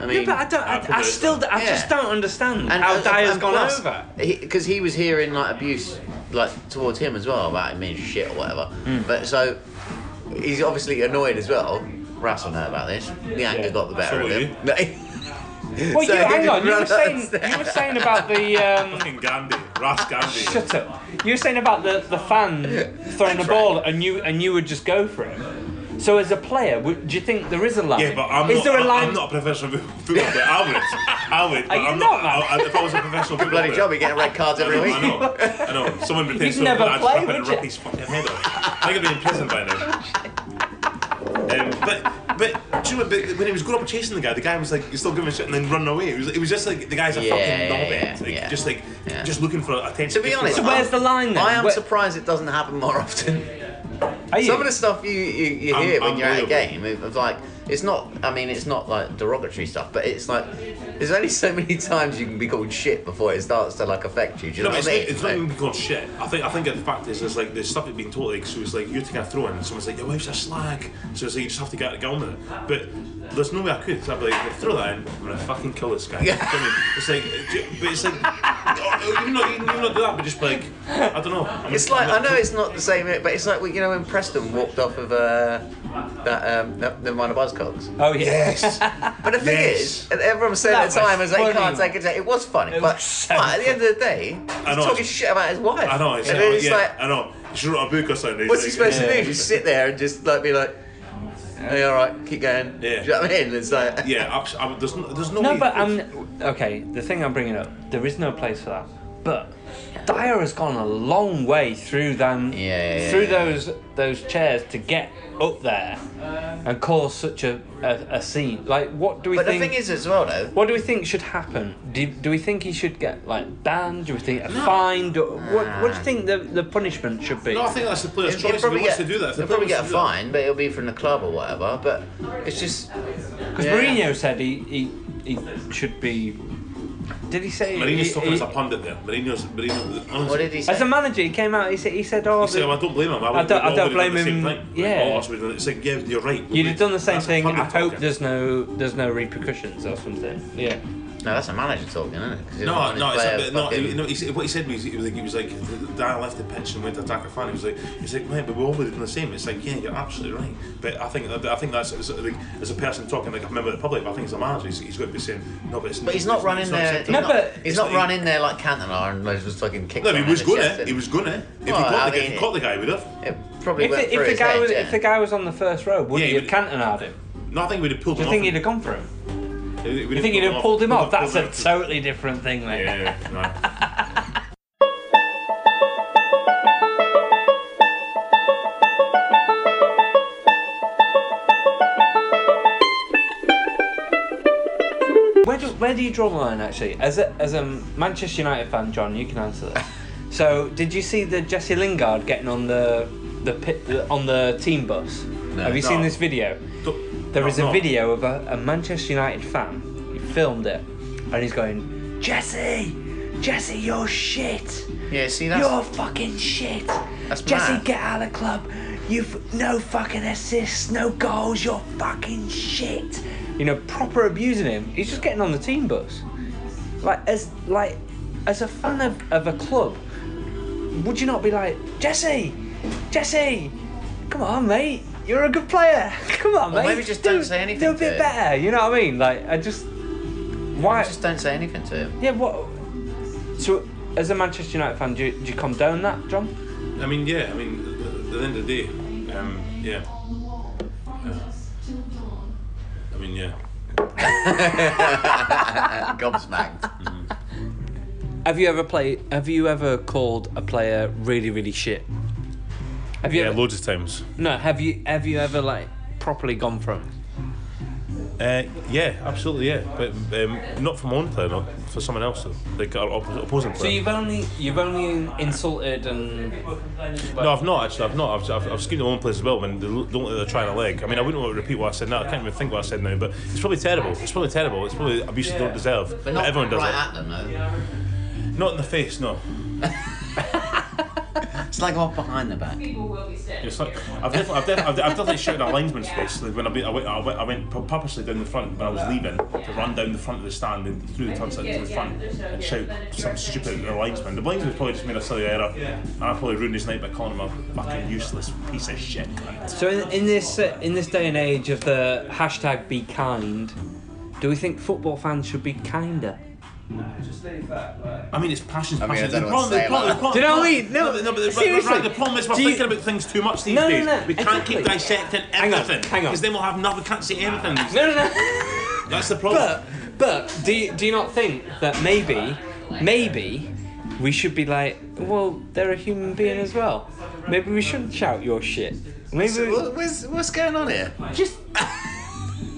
Speaker 1: I mean,
Speaker 2: yeah, but I don't.
Speaker 3: I
Speaker 2: I, I
Speaker 3: probably-
Speaker 2: still. d- I
Speaker 1: yeah.
Speaker 2: just don't understand how Dyer's gone over.
Speaker 1: because he, was hearing like abuse like towards him as well about him being shit or whatever.
Speaker 2: Hmm.
Speaker 1: But so he's obviously annoyed as well. Russell know about this. The anger got the better
Speaker 3: So
Speaker 1: of
Speaker 3: were
Speaker 1: him.
Speaker 2: Well,
Speaker 1: So
Speaker 2: you
Speaker 1: he
Speaker 2: hang on. You
Speaker 1: ran
Speaker 2: were saying.
Speaker 1: upstairs.
Speaker 2: You were saying about the. Um,
Speaker 3: Fucking Gandhi, Ras Gandhi.
Speaker 2: shut up. You were saying about the the fan throwing the
Speaker 1: That's
Speaker 2: ball and you and you would just go for him. So as a player, would, do you think there is a line?
Speaker 3: Yeah, but I'm
Speaker 2: is
Speaker 3: not.
Speaker 2: there a
Speaker 3: I-
Speaker 2: line?
Speaker 3: I'm not a professional football player. I would. I would. but
Speaker 2: you
Speaker 3: I'm
Speaker 2: not, man?
Speaker 3: I, I- if I was a professional football
Speaker 1: Bloody
Speaker 3: player,
Speaker 1: job, you're getting red cards
Speaker 3: I
Speaker 1: every
Speaker 3: know,
Speaker 1: week.
Speaker 3: I know. I know. Someone pretends
Speaker 2: You'd never
Speaker 3: I'd
Speaker 2: play,
Speaker 3: and
Speaker 2: would
Speaker 3: rip
Speaker 2: you?
Speaker 3: his fucking head off. I think I'd be in prison by now. Um, but but do you know, but when he was going up and chasing the guy, the guy was like, "You're still giving a shit," and then running away. It was, it was just like the guy's a
Speaker 1: Yeah,
Speaker 3: fucking
Speaker 1: yeah,
Speaker 3: knobhead,
Speaker 1: yeah,
Speaker 3: like,
Speaker 1: yeah.
Speaker 3: just like
Speaker 1: Yeah.
Speaker 3: just looking for attention.
Speaker 1: To be
Speaker 3: Just looking
Speaker 1: honest,
Speaker 2: So
Speaker 3: for-
Speaker 2: where's the line then?
Speaker 1: I am
Speaker 2: Where-
Speaker 1: surprised it doesn't happen more often.
Speaker 2: Are you?
Speaker 1: Some of the stuff you, you, you
Speaker 3: Un-
Speaker 1: hear when you're at a
Speaker 3: unbelievable.
Speaker 1: game, it- it's like it's not. I mean, it's not like derogatory stuff, but it's like there's only so many times you can be called shit before it starts to like affect you. Do you
Speaker 3: No,
Speaker 1: know
Speaker 3: but it's,
Speaker 1: what I
Speaker 3: not,
Speaker 1: mean?
Speaker 3: it's not even because shit. I think I think the fact is, it's like the stuff that's been told. Like, so it's like you're taking a throw in, and someone's like, "Your wife's a slag," so it's like you just have to get, get on with it. But there's no way I could. Cause I'd be like, "Throw that in, I'm gonna fucking kill this guy." Do you know what I mean? It's like, do you- but it's like, no, even not even not do that, but just like, I don't know. I'm
Speaker 1: It's
Speaker 3: gonna-
Speaker 1: like I
Speaker 3: I'm gonna
Speaker 1: know it's not the same, but it's like you know when Preston walked off of uh, that um, that, the minor Buzzcocks.
Speaker 2: oh yeah.
Speaker 3: Yes.
Speaker 1: But the thing
Speaker 3: Yes.
Speaker 1: is, and everyone said
Speaker 2: That
Speaker 1: at the time,
Speaker 2: was
Speaker 1: was like, you
Speaker 2: funny.
Speaker 1: can't take it. It was funny,
Speaker 2: It
Speaker 1: but,
Speaker 2: was so
Speaker 1: but at the end of the day, he's
Speaker 3: know,
Speaker 1: talking
Speaker 3: it's-
Speaker 1: shit about his wife.
Speaker 3: I know. It's,
Speaker 1: and then it's
Speaker 3: yeah,
Speaker 1: like,
Speaker 3: I know. She wrote a book or something.
Speaker 1: what's he
Speaker 3: It's
Speaker 1: supposed
Speaker 3: like-
Speaker 1: to do? Just sit there and just like be like, hey, all right, keep going.
Speaker 3: Yeah.
Speaker 1: Do you know what I mean? It's like.
Speaker 3: Yeah, abs- I, there's no, there's no. um,
Speaker 2: No,
Speaker 3: way-
Speaker 2: but um, I'm okay. The thing I'm bringing up, there is no place for that. But Dyer has gone a long way through them,
Speaker 1: Yeah, yeah,
Speaker 2: through
Speaker 1: yeah, yeah.
Speaker 2: those those chairs to get up there and cause such a, a, a scene. Like, what do we
Speaker 1: But the
Speaker 2: think?
Speaker 1: thing is, as well, though,
Speaker 2: what do we think should happen? Do, do we think he should get like banned? Do we think a fine? Do, what What do
Speaker 1: Ah.
Speaker 2: you think the, the punishment should be?
Speaker 3: No, I think that's the player's
Speaker 1: he'll
Speaker 3: choice. If he
Speaker 1: probably
Speaker 3: wants
Speaker 1: get,
Speaker 3: to do that, if the
Speaker 1: he'll
Speaker 3: player
Speaker 1: probably
Speaker 3: wants to
Speaker 1: get a
Speaker 3: do that-
Speaker 1: fine, but it'll be from the club or whatever. But it's just
Speaker 2: Because
Speaker 1: Yeah.
Speaker 2: Mourinho said he, he he should be. Did he say?
Speaker 3: Mourinho's
Speaker 2: he-
Speaker 3: talking
Speaker 2: he-
Speaker 3: as a pundit there. Mourinho's, Mourinho, honestly.
Speaker 1: what did he say?
Speaker 2: as a manager, he came out. He said, "He said, oh,
Speaker 3: He said,
Speaker 2: the-
Speaker 3: well, I don't blame him. I,
Speaker 2: I don't- I don't blame him. Yeah.
Speaker 3: Yeah. It's like, yeah, you're right.
Speaker 2: You'd have done the same
Speaker 3: That's a
Speaker 2: thing. I
Speaker 3: pundit
Speaker 2: hope
Speaker 3: talking.
Speaker 2: there's no there's no repercussions or something. Yeah.
Speaker 1: no, that's a manager talking, isn't it? 'Cause he doesn't
Speaker 3: No,
Speaker 1: want his
Speaker 3: no, it's
Speaker 1: player
Speaker 3: not, but no,
Speaker 1: fucking-
Speaker 3: he, no he said, what he said was, he was like, he was like, Dan left the pitch and went to attack a fan. He was like, he's like, mate, but we all would have done the same. It's like, yeah, you're absolutely right. But I think, I think that's it's like, as a person talking, like a member of the public, but I think as a manager, he's, he's got to be saying, no, but it's.
Speaker 1: but he's not running there. He's
Speaker 2: No,
Speaker 1: not,
Speaker 2: but-
Speaker 1: he's
Speaker 3: it's
Speaker 1: not
Speaker 3: not-
Speaker 1: running there like Cantona and like, just fucking kicking.
Speaker 3: No, he was gonna. He was gonna. If he
Speaker 1: Well,
Speaker 3: caught
Speaker 1: I
Speaker 3: the guy, if
Speaker 1: mean-
Speaker 3: he caught the guy, he would have.
Speaker 1: It probably
Speaker 2: If
Speaker 1: went
Speaker 2: the,
Speaker 1: through
Speaker 2: if the
Speaker 1: his
Speaker 2: guy
Speaker 1: head,
Speaker 2: was
Speaker 1: yeah.
Speaker 2: if the guy was on the first row, would
Speaker 3: Yeah,
Speaker 2: he
Speaker 3: he
Speaker 2: have cantoned him?
Speaker 3: No, I think we'd have pulled
Speaker 2: Do
Speaker 3: him
Speaker 2: you
Speaker 3: off.
Speaker 2: think he'd have gone for him?
Speaker 3: have?
Speaker 2: You think he'd have pulled him off? That's a
Speaker 3: pulled him off.
Speaker 2: totally different thing, mate.
Speaker 3: Yeah, yeah, no.
Speaker 2: Where do where do you draw the line actually? As a as a Manchester United fan, John, you can answer this. so, did you see the Jesse Lingard getting on the the pit the, on the team bus? have you
Speaker 3: No.
Speaker 2: seen this video?
Speaker 3: Don't-
Speaker 2: There
Speaker 3: no,
Speaker 2: is a
Speaker 3: no.
Speaker 2: video of a, a Manchester United fan. He filmed it, and he's going, Jesse, Jesse, you're shit.
Speaker 1: Yeah, see that's
Speaker 2: you're fucking shit.
Speaker 1: That's
Speaker 2: Jesse,
Speaker 1: mad.
Speaker 2: get out of the club. You've no fucking assists, no goals. You're fucking shit. You know, proper abusing him. He's just getting on the team bus. Like as like as a fan of, of a club, would you not be like Jesse, Jesse, come on, mate. You're a good player. Come on,
Speaker 1: Or
Speaker 2: mate.
Speaker 1: maybe just don't
Speaker 2: do,
Speaker 1: say anything
Speaker 2: Do a
Speaker 1: to
Speaker 2: bit
Speaker 1: him.
Speaker 2: better. You know what I mean? Like I just why
Speaker 1: just don't say anything to him.
Speaker 2: yeah, what? So, as a Manchester United fan, do you, do you condone that, John?
Speaker 3: I mean, yeah. I mean, at the end of the day, um, yeah. Yeah. I mean, yeah.
Speaker 1: Gobsmacked.
Speaker 2: Have you ever played? Have you ever called a player really, really shit? Have you?
Speaker 3: Yeah,
Speaker 2: ever,
Speaker 3: loads of times.
Speaker 2: no. Have you? Have you ever like properly gone for him?
Speaker 3: Uh, yeah, absolutely, yeah. But um, not from one player, no. For someone else, though. Like our opposite, opposing
Speaker 2: So
Speaker 3: player.
Speaker 2: you've only you've only insulted and
Speaker 3: no, I've not actually. I've not. I've, I've, I've screamed at one place as well when they l- don't let they're trying a leg. I mean, I wouldn't want to repeat what I said now. I can't even think what I said now, but it's probably terrible. It's probably terrible. It's probably abuse you don't deserve.
Speaker 1: But not
Speaker 3: everyone does
Speaker 1: right
Speaker 3: it.
Speaker 1: at them though.
Speaker 3: Not in the face, no.
Speaker 1: It's like off behind the back.
Speaker 5: People will be sick.
Speaker 3: It's like I've definitely, I've definitely, I've definitely shouted at linesman's face like when I, be, I, went, I went, I went pu- purposely down the front when I was leaving to run down the front of the stand and through the turnstile into the front and shout something stupid at the linesman. The linesman probably just made a silly error, and I probably ruined his night by calling him a fucking useless piece of shit. cunt.
Speaker 2: So in, in this uh, in this day and age of the hashtag be kind, do we think football fans should be kinder?
Speaker 3: I mean, it's passion.
Speaker 1: I mean, I
Speaker 3: passion.
Speaker 1: don't
Speaker 3: the problem- the
Speaker 1: know what to say
Speaker 3: problem-
Speaker 1: about
Speaker 3: the problem-
Speaker 2: that. Do you know what I mean? No,
Speaker 3: but- no, but the,
Speaker 2: seriously.
Speaker 3: right, the problem is we're
Speaker 2: Do you-
Speaker 3: thinking about things too much these
Speaker 2: No, no,
Speaker 3: days.
Speaker 2: no,
Speaker 3: we can't
Speaker 2: exactly.
Speaker 3: keep dissecting
Speaker 2: Hang on,
Speaker 3: everything
Speaker 2: hang on.
Speaker 3: because then we'll have nothing. We can't see everything.
Speaker 2: No, no, no.
Speaker 3: That's the problem.
Speaker 2: But but do you, do you not think that maybe maybe we should be like, well, they're a human being as well. Maybe we shouldn't shout your shit. Maybe
Speaker 1: So
Speaker 2: we,
Speaker 1: what- what's, what's going on here?
Speaker 2: just.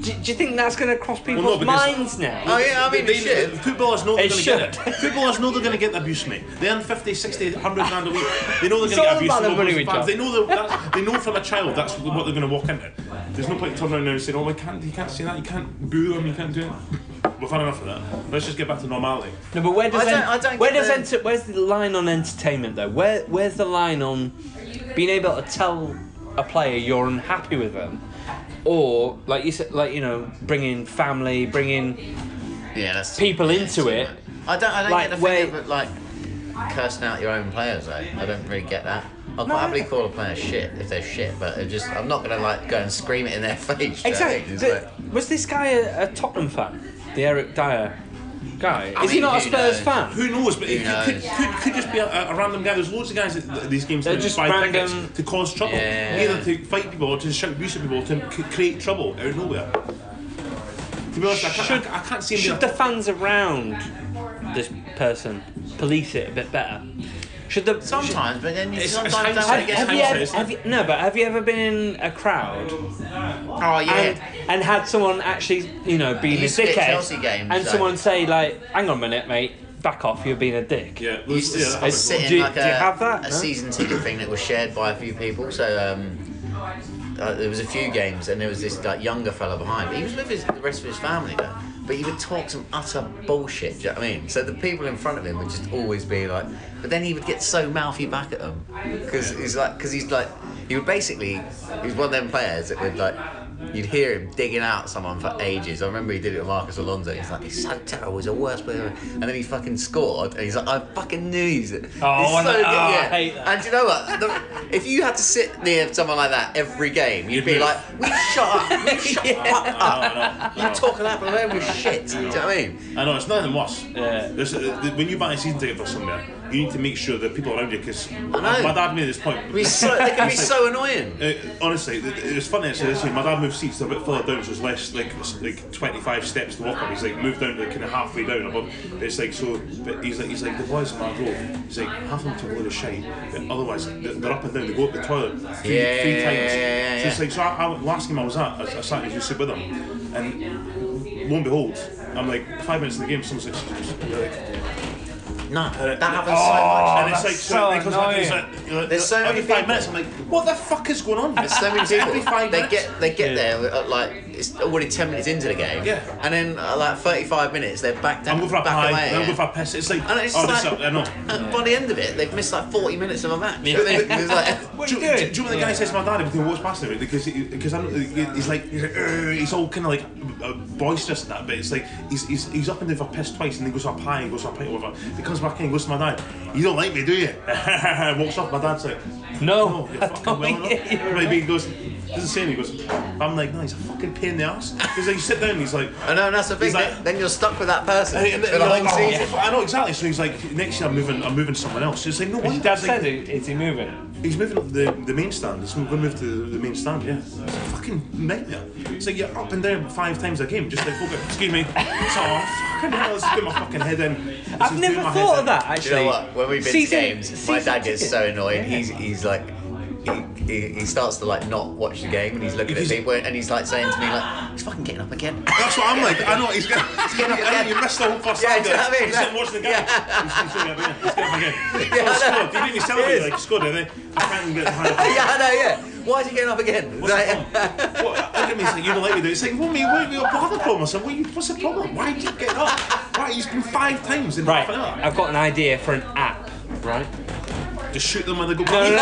Speaker 2: Do, do you think that's going to cross people's
Speaker 3: because-
Speaker 2: minds now?
Speaker 1: Oh yeah, I mean
Speaker 3: They,
Speaker 1: it's shit.
Speaker 3: footballers know they're
Speaker 2: It
Speaker 3: going to
Speaker 2: should.
Speaker 3: get it. Footballers know they're going to get the abuse, mate. They earn 50, 60, 100 grand a week. They know
Speaker 2: It's
Speaker 3: they're going to
Speaker 2: all
Speaker 3: get abuse
Speaker 2: about
Speaker 3: from
Speaker 2: the money
Speaker 3: opposing
Speaker 2: we
Speaker 3: fans.
Speaker 2: drop.
Speaker 3: They know, they're- that's, they know from a child that's what they're going to walk into. There's no point turning around now and saying, oh, we can't, you can't say that, you can't boo them, you can't do it. We've had enough of that. Let's just get back to normality.
Speaker 2: No, but where does
Speaker 1: I don't-
Speaker 2: en-
Speaker 1: I don't
Speaker 2: where
Speaker 1: get
Speaker 2: does
Speaker 1: the-
Speaker 2: enter, where's the line on entertainment though? Where where's the line on being able to tell a player you're unhappy with them, or like you said, like you know, bringing family, bringing
Speaker 1: Yeah, that's
Speaker 2: people
Speaker 1: yeah,
Speaker 2: into
Speaker 1: too
Speaker 2: it.
Speaker 1: much. I don't. I don't
Speaker 2: Like,
Speaker 1: get the
Speaker 2: where-
Speaker 1: thing of it, like cursing out your own players. Though. I don't really get that. I'll quite happily call a player shit if they're shit, but it just I'm not gonna like go and scream it in their face. do you know what I mean?
Speaker 2: exactly.
Speaker 1: It's
Speaker 2: Th-
Speaker 1: like-
Speaker 2: was this guy a, a Tottenham fan? The Eric Dyer guy. Is he
Speaker 1: mean,
Speaker 2: not a
Speaker 1: who
Speaker 2: Spurs
Speaker 1: knows?
Speaker 2: fan?
Speaker 3: Who knows? But it
Speaker 1: Who
Speaker 3: could,
Speaker 1: knows?
Speaker 3: could, could just be a, a random guy. There's loads of guys at th- these games
Speaker 2: They're
Speaker 3: that
Speaker 2: just
Speaker 3: buy
Speaker 2: random-
Speaker 3: tickets to cause trouble.
Speaker 1: Yeah.
Speaker 3: Either to fight people or to shout abuse at people or to c- create trouble out of nowhere. To be honest, I can't,
Speaker 2: Should-
Speaker 3: I, I can't see him being
Speaker 2: Should
Speaker 3: a-
Speaker 2: the fans around this person police it a bit better? Should the
Speaker 1: Sometimes, but then you
Speaker 3: It's- it's
Speaker 1: sometimes
Speaker 3: hindsight,
Speaker 1: don't want
Speaker 3: it's
Speaker 1: to get.
Speaker 2: Have you,
Speaker 3: hindsight.
Speaker 1: home.
Speaker 2: ever, have you, no, but have you ever been in a crowd
Speaker 1: Oh
Speaker 2: and,
Speaker 1: yeah.
Speaker 2: and had someone actually, you know, being a
Speaker 1: used to be at
Speaker 2: dickhead,
Speaker 1: Chelsea games,
Speaker 2: and
Speaker 1: so-
Speaker 2: someone say like, "Hang on a minute, mate, back off, you're being a dick."
Speaker 3: Yeah,
Speaker 1: You used to
Speaker 3: yeah, that
Speaker 1: I
Speaker 3: happens.
Speaker 1: sit in
Speaker 2: Do you-
Speaker 1: like
Speaker 2: do
Speaker 1: a,
Speaker 2: you have that?
Speaker 1: a
Speaker 2: No?
Speaker 1: season ticket thing that was shared by a few people. So um, uh, there was a few games, and there was this like younger fella behind. But he was with his, the rest of his family though. But he would talk some utter bullshit. Do you know what I mean? So the people in front of him would just always be like. But then he would get so mouthy back at them because he's like, because he's like, he would basically, he was one of them players that would like. You'd hear him digging out someone for ages. I remember he did it with Marcus Alonso. He's like, he's so terrible, he's the worst player. ever." And then he fucking scored, and he's like, I fucking knew he's. Oh,
Speaker 2: I know- oh, I
Speaker 1: yeah.
Speaker 2: hate that.
Speaker 1: And do you know what? The- if you had to sit near someone like that every game, you'd,
Speaker 3: You'd
Speaker 1: be
Speaker 3: move.
Speaker 1: like, "We shut up, we shut up,
Speaker 3: I know, I know, I know.
Speaker 1: talking about them with shit." Do you know what I mean?
Speaker 3: I know it's nothing worse.
Speaker 2: Yeah.
Speaker 3: This, uh, th- when you buy a season ticket for somewhere, you need to make sure the people around you, because
Speaker 1: know.
Speaker 3: my dad made this point.
Speaker 1: We so, they can be so annoying.
Speaker 3: Uh, honestly, th- th- it's funny actually. This year, my dad moved seats a bit further down, so it's less like it's like 25 steps to walk up. He's like moved down to kind of halfway down above. It's like so. But he's like he's like the boys on that road. He's like half of them took a load of shite, but otherwise they're they're up and down. They go up the toilet three,
Speaker 1: Yeah,
Speaker 3: three
Speaker 1: yeah,
Speaker 3: times.
Speaker 1: yeah, yeah,
Speaker 3: So it's like so. I, I, last game I was at, I, I sat and used to sit with him, and lo and behold, I'm like five minutes in the game, someone's like, like
Speaker 1: No, that
Speaker 3: and-
Speaker 1: happens so much.
Speaker 3: and it's like so.
Speaker 2: that's
Speaker 3: because
Speaker 2: so
Speaker 3: like, it's
Speaker 2: annoying.
Speaker 3: like, you know,
Speaker 1: There's so
Speaker 3: every
Speaker 1: many
Speaker 3: five
Speaker 1: people.
Speaker 3: minutes. I'm like, what the fuck is going on?
Speaker 1: There's so many
Speaker 3: Every
Speaker 1: people.
Speaker 3: five
Speaker 1: They
Speaker 3: minutes.
Speaker 1: get they get there at like it's already ten minutes into the game,
Speaker 3: Yeah.
Speaker 1: and then uh, like thirty-five minutes they're back down,
Speaker 3: I'm going for a
Speaker 1: back
Speaker 3: pie.
Speaker 1: away.
Speaker 3: I'm
Speaker 1: yeah.
Speaker 3: going for a piss. It's like,
Speaker 1: And it's
Speaker 3: oh,
Speaker 1: just
Speaker 3: this up.
Speaker 1: like-
Speaker 3: I know.
Speaker 1: And by the end of it, they've missed like forty minutes of a match. So they- it's like-
Speaker 2: What
Speaker 3: do,
Speaker 2: are you
Speaker 3: do-
Speaker 2: doing?
Speaker 3: do you know what the guy says to my dad? Everything walks past him because he- because I'm he's like he's like "Ugh," he's all kind of like uh, boisterous at that bit. It's like he's he's, he's up and down for piss twice and then goes to a pie and goes to a pint or whatever. He comes back in and goes to my dad. You don't like me, do you? Walks off. My dad's like,
Speaker 2: No,
Speaker 3: Oh, you're
Speaker 2: I
Speaker 3: fucking
Speaker 2: don't
Speaker 3: well
Speaker 2: think-
Speaker 3: enough. Maybe he goes. Doesn't say anything. He goes. I'm like, no, he's a fucking pain in the ass. He's like, you sit down, and he's like,
Speaker 1: I know, and that's the thing.
Speaker 3: He's like-
Speaker 1: then- then you're stuck with that person
Speaker 3: and, and,
Speaker 1: for
Speaker 3: and
Speaker 1: the
Speaker 3: you're
Speaker 1: whole
Speaker 3: like, oh,
Speaker 1: season.
Speaker 3: fuck, I know exactly. So he's like, next year I'm moving, I'm moving someone else. It's like, no
Speaker 2: His
Speaker 3: wonder.
Speaker 2: dad
Speaker 3: It's like,
Speaker 2: said, "Is he moving?"
Speaker 3: He's moving up the, the main stand. He's going to move to the, the main stand. Yeah, it's a fucking nightmare. It's like you're up and down five times a game, just like okay, excuse me. It's all fucking hell. Let's get my fucking head in. This
Speaker 2: I've
Speaker 3: is
Speaker 2: never
Speaker 3: doing my head
Speaker 2: thought
Speaker 3: in."
Speaker 2: of that
Speaker 1: Do
Speaker 2: actually.
Speaker 1: you know what? When we've been to
Speaker 2: Season-
Speaker 1: games, my
Speaker 2: season
Speaker 1: dad gets
Speaker 2: ticket.
Speaker 1: so annoyed.
Speaker 2: Yeah.
Speaker 1: He's he's like. he- He, he starts to like not watch the game and he's looking at
Speaker 3: He's-
Speaker 1: people and he's like saying to me like he's fucking getting up again.
Speaker 3: That's what I'm like. I know he's gonna. He's gonna I know you missed the whole first
Speaker 1: Yeah,
Speaker 3: round
Speaker 1: do you know what I mean?
Speaker 3: He's sitting watching the game. He's, he's doing it again. He's doing it again.
Speaker 1: Yeah,
Speaker 3: oh,
Speaker 1: I know.
Speaker 3: scored. He didn't even celebrate. Like scored, did they? I can't even get the hand.
Speaker 1: yeah, I know, yeah. Why is he getting up again?
Speaker 3: What's
Speaker 1: Like-
Speaker 3: the problem? What, look at me, it's like, you don't like me, do it. It's like, what, mate, what have you got a problem? I said, what, you- what's the problem? Why do you get up? Why, he's been five times in
Speaker 2: Right,
Speaker 3: half an hour.
Speaker 2: I've got an idea for an app. Right.
Speaker 3: Just shoot them when they go
Speaker 2: No, no, no.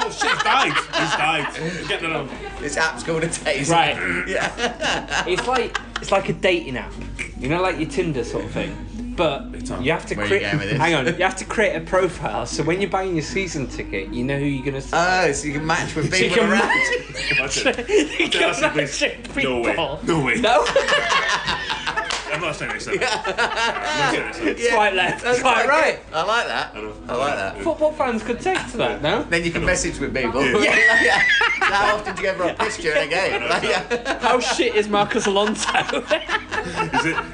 Speaker 3: Oh shit, he's died. He's died. Get rid of him.
Speaker 1: This app's called a taste.
Speaker 2: Right.
Speaker 1: Yeah.
Speaker 2: It's like it's like a dating app. You know, like your Tinder sort of thing. But
Speaker 3: time.
Speaker 2: you have to
Speaker 1: Where you
Speaker 2: create.
Speaker 1: going with this?
Speaker 2: Hang on, you have to create a profile. So when you're buying your season ticket, you know who you're gonna.
Speaker 1: Oh, so you can match with
Speaker 2: you
Speaker 1: people
Speaker 2: can
Speaker 1: around.
Speaker 3: That's it.
Speaker 2: you can
Speaker 3: That's the place.
Speaker 2: match
Speaker 3: No way.
Speaker 2: people.
Speaker 3: No way.
Speaker 2: No.
Speaker 3: I'm not saying it's that. I'm not saying it's that.
Speaker 1: Yeah.
Speaker 2: Swipe left,
Speaker 1: That's
Speaker 2: swipe
Speaker 1: quite
Speaker 2: right.
Speaker 1: good. I like that.
Speaker 3: know.
Speaker 1: I like that.
Speaker 2: Football fans could take to that, no?
Speaker 1: Then you can message with people.
Speaker 3: Yeah.
Speaker 1: Yeah. How often do you ever have pissed during a game? Like, yeah.
Speaker 2: How shit is Marcus Alonso?
Speaker 3: Is it,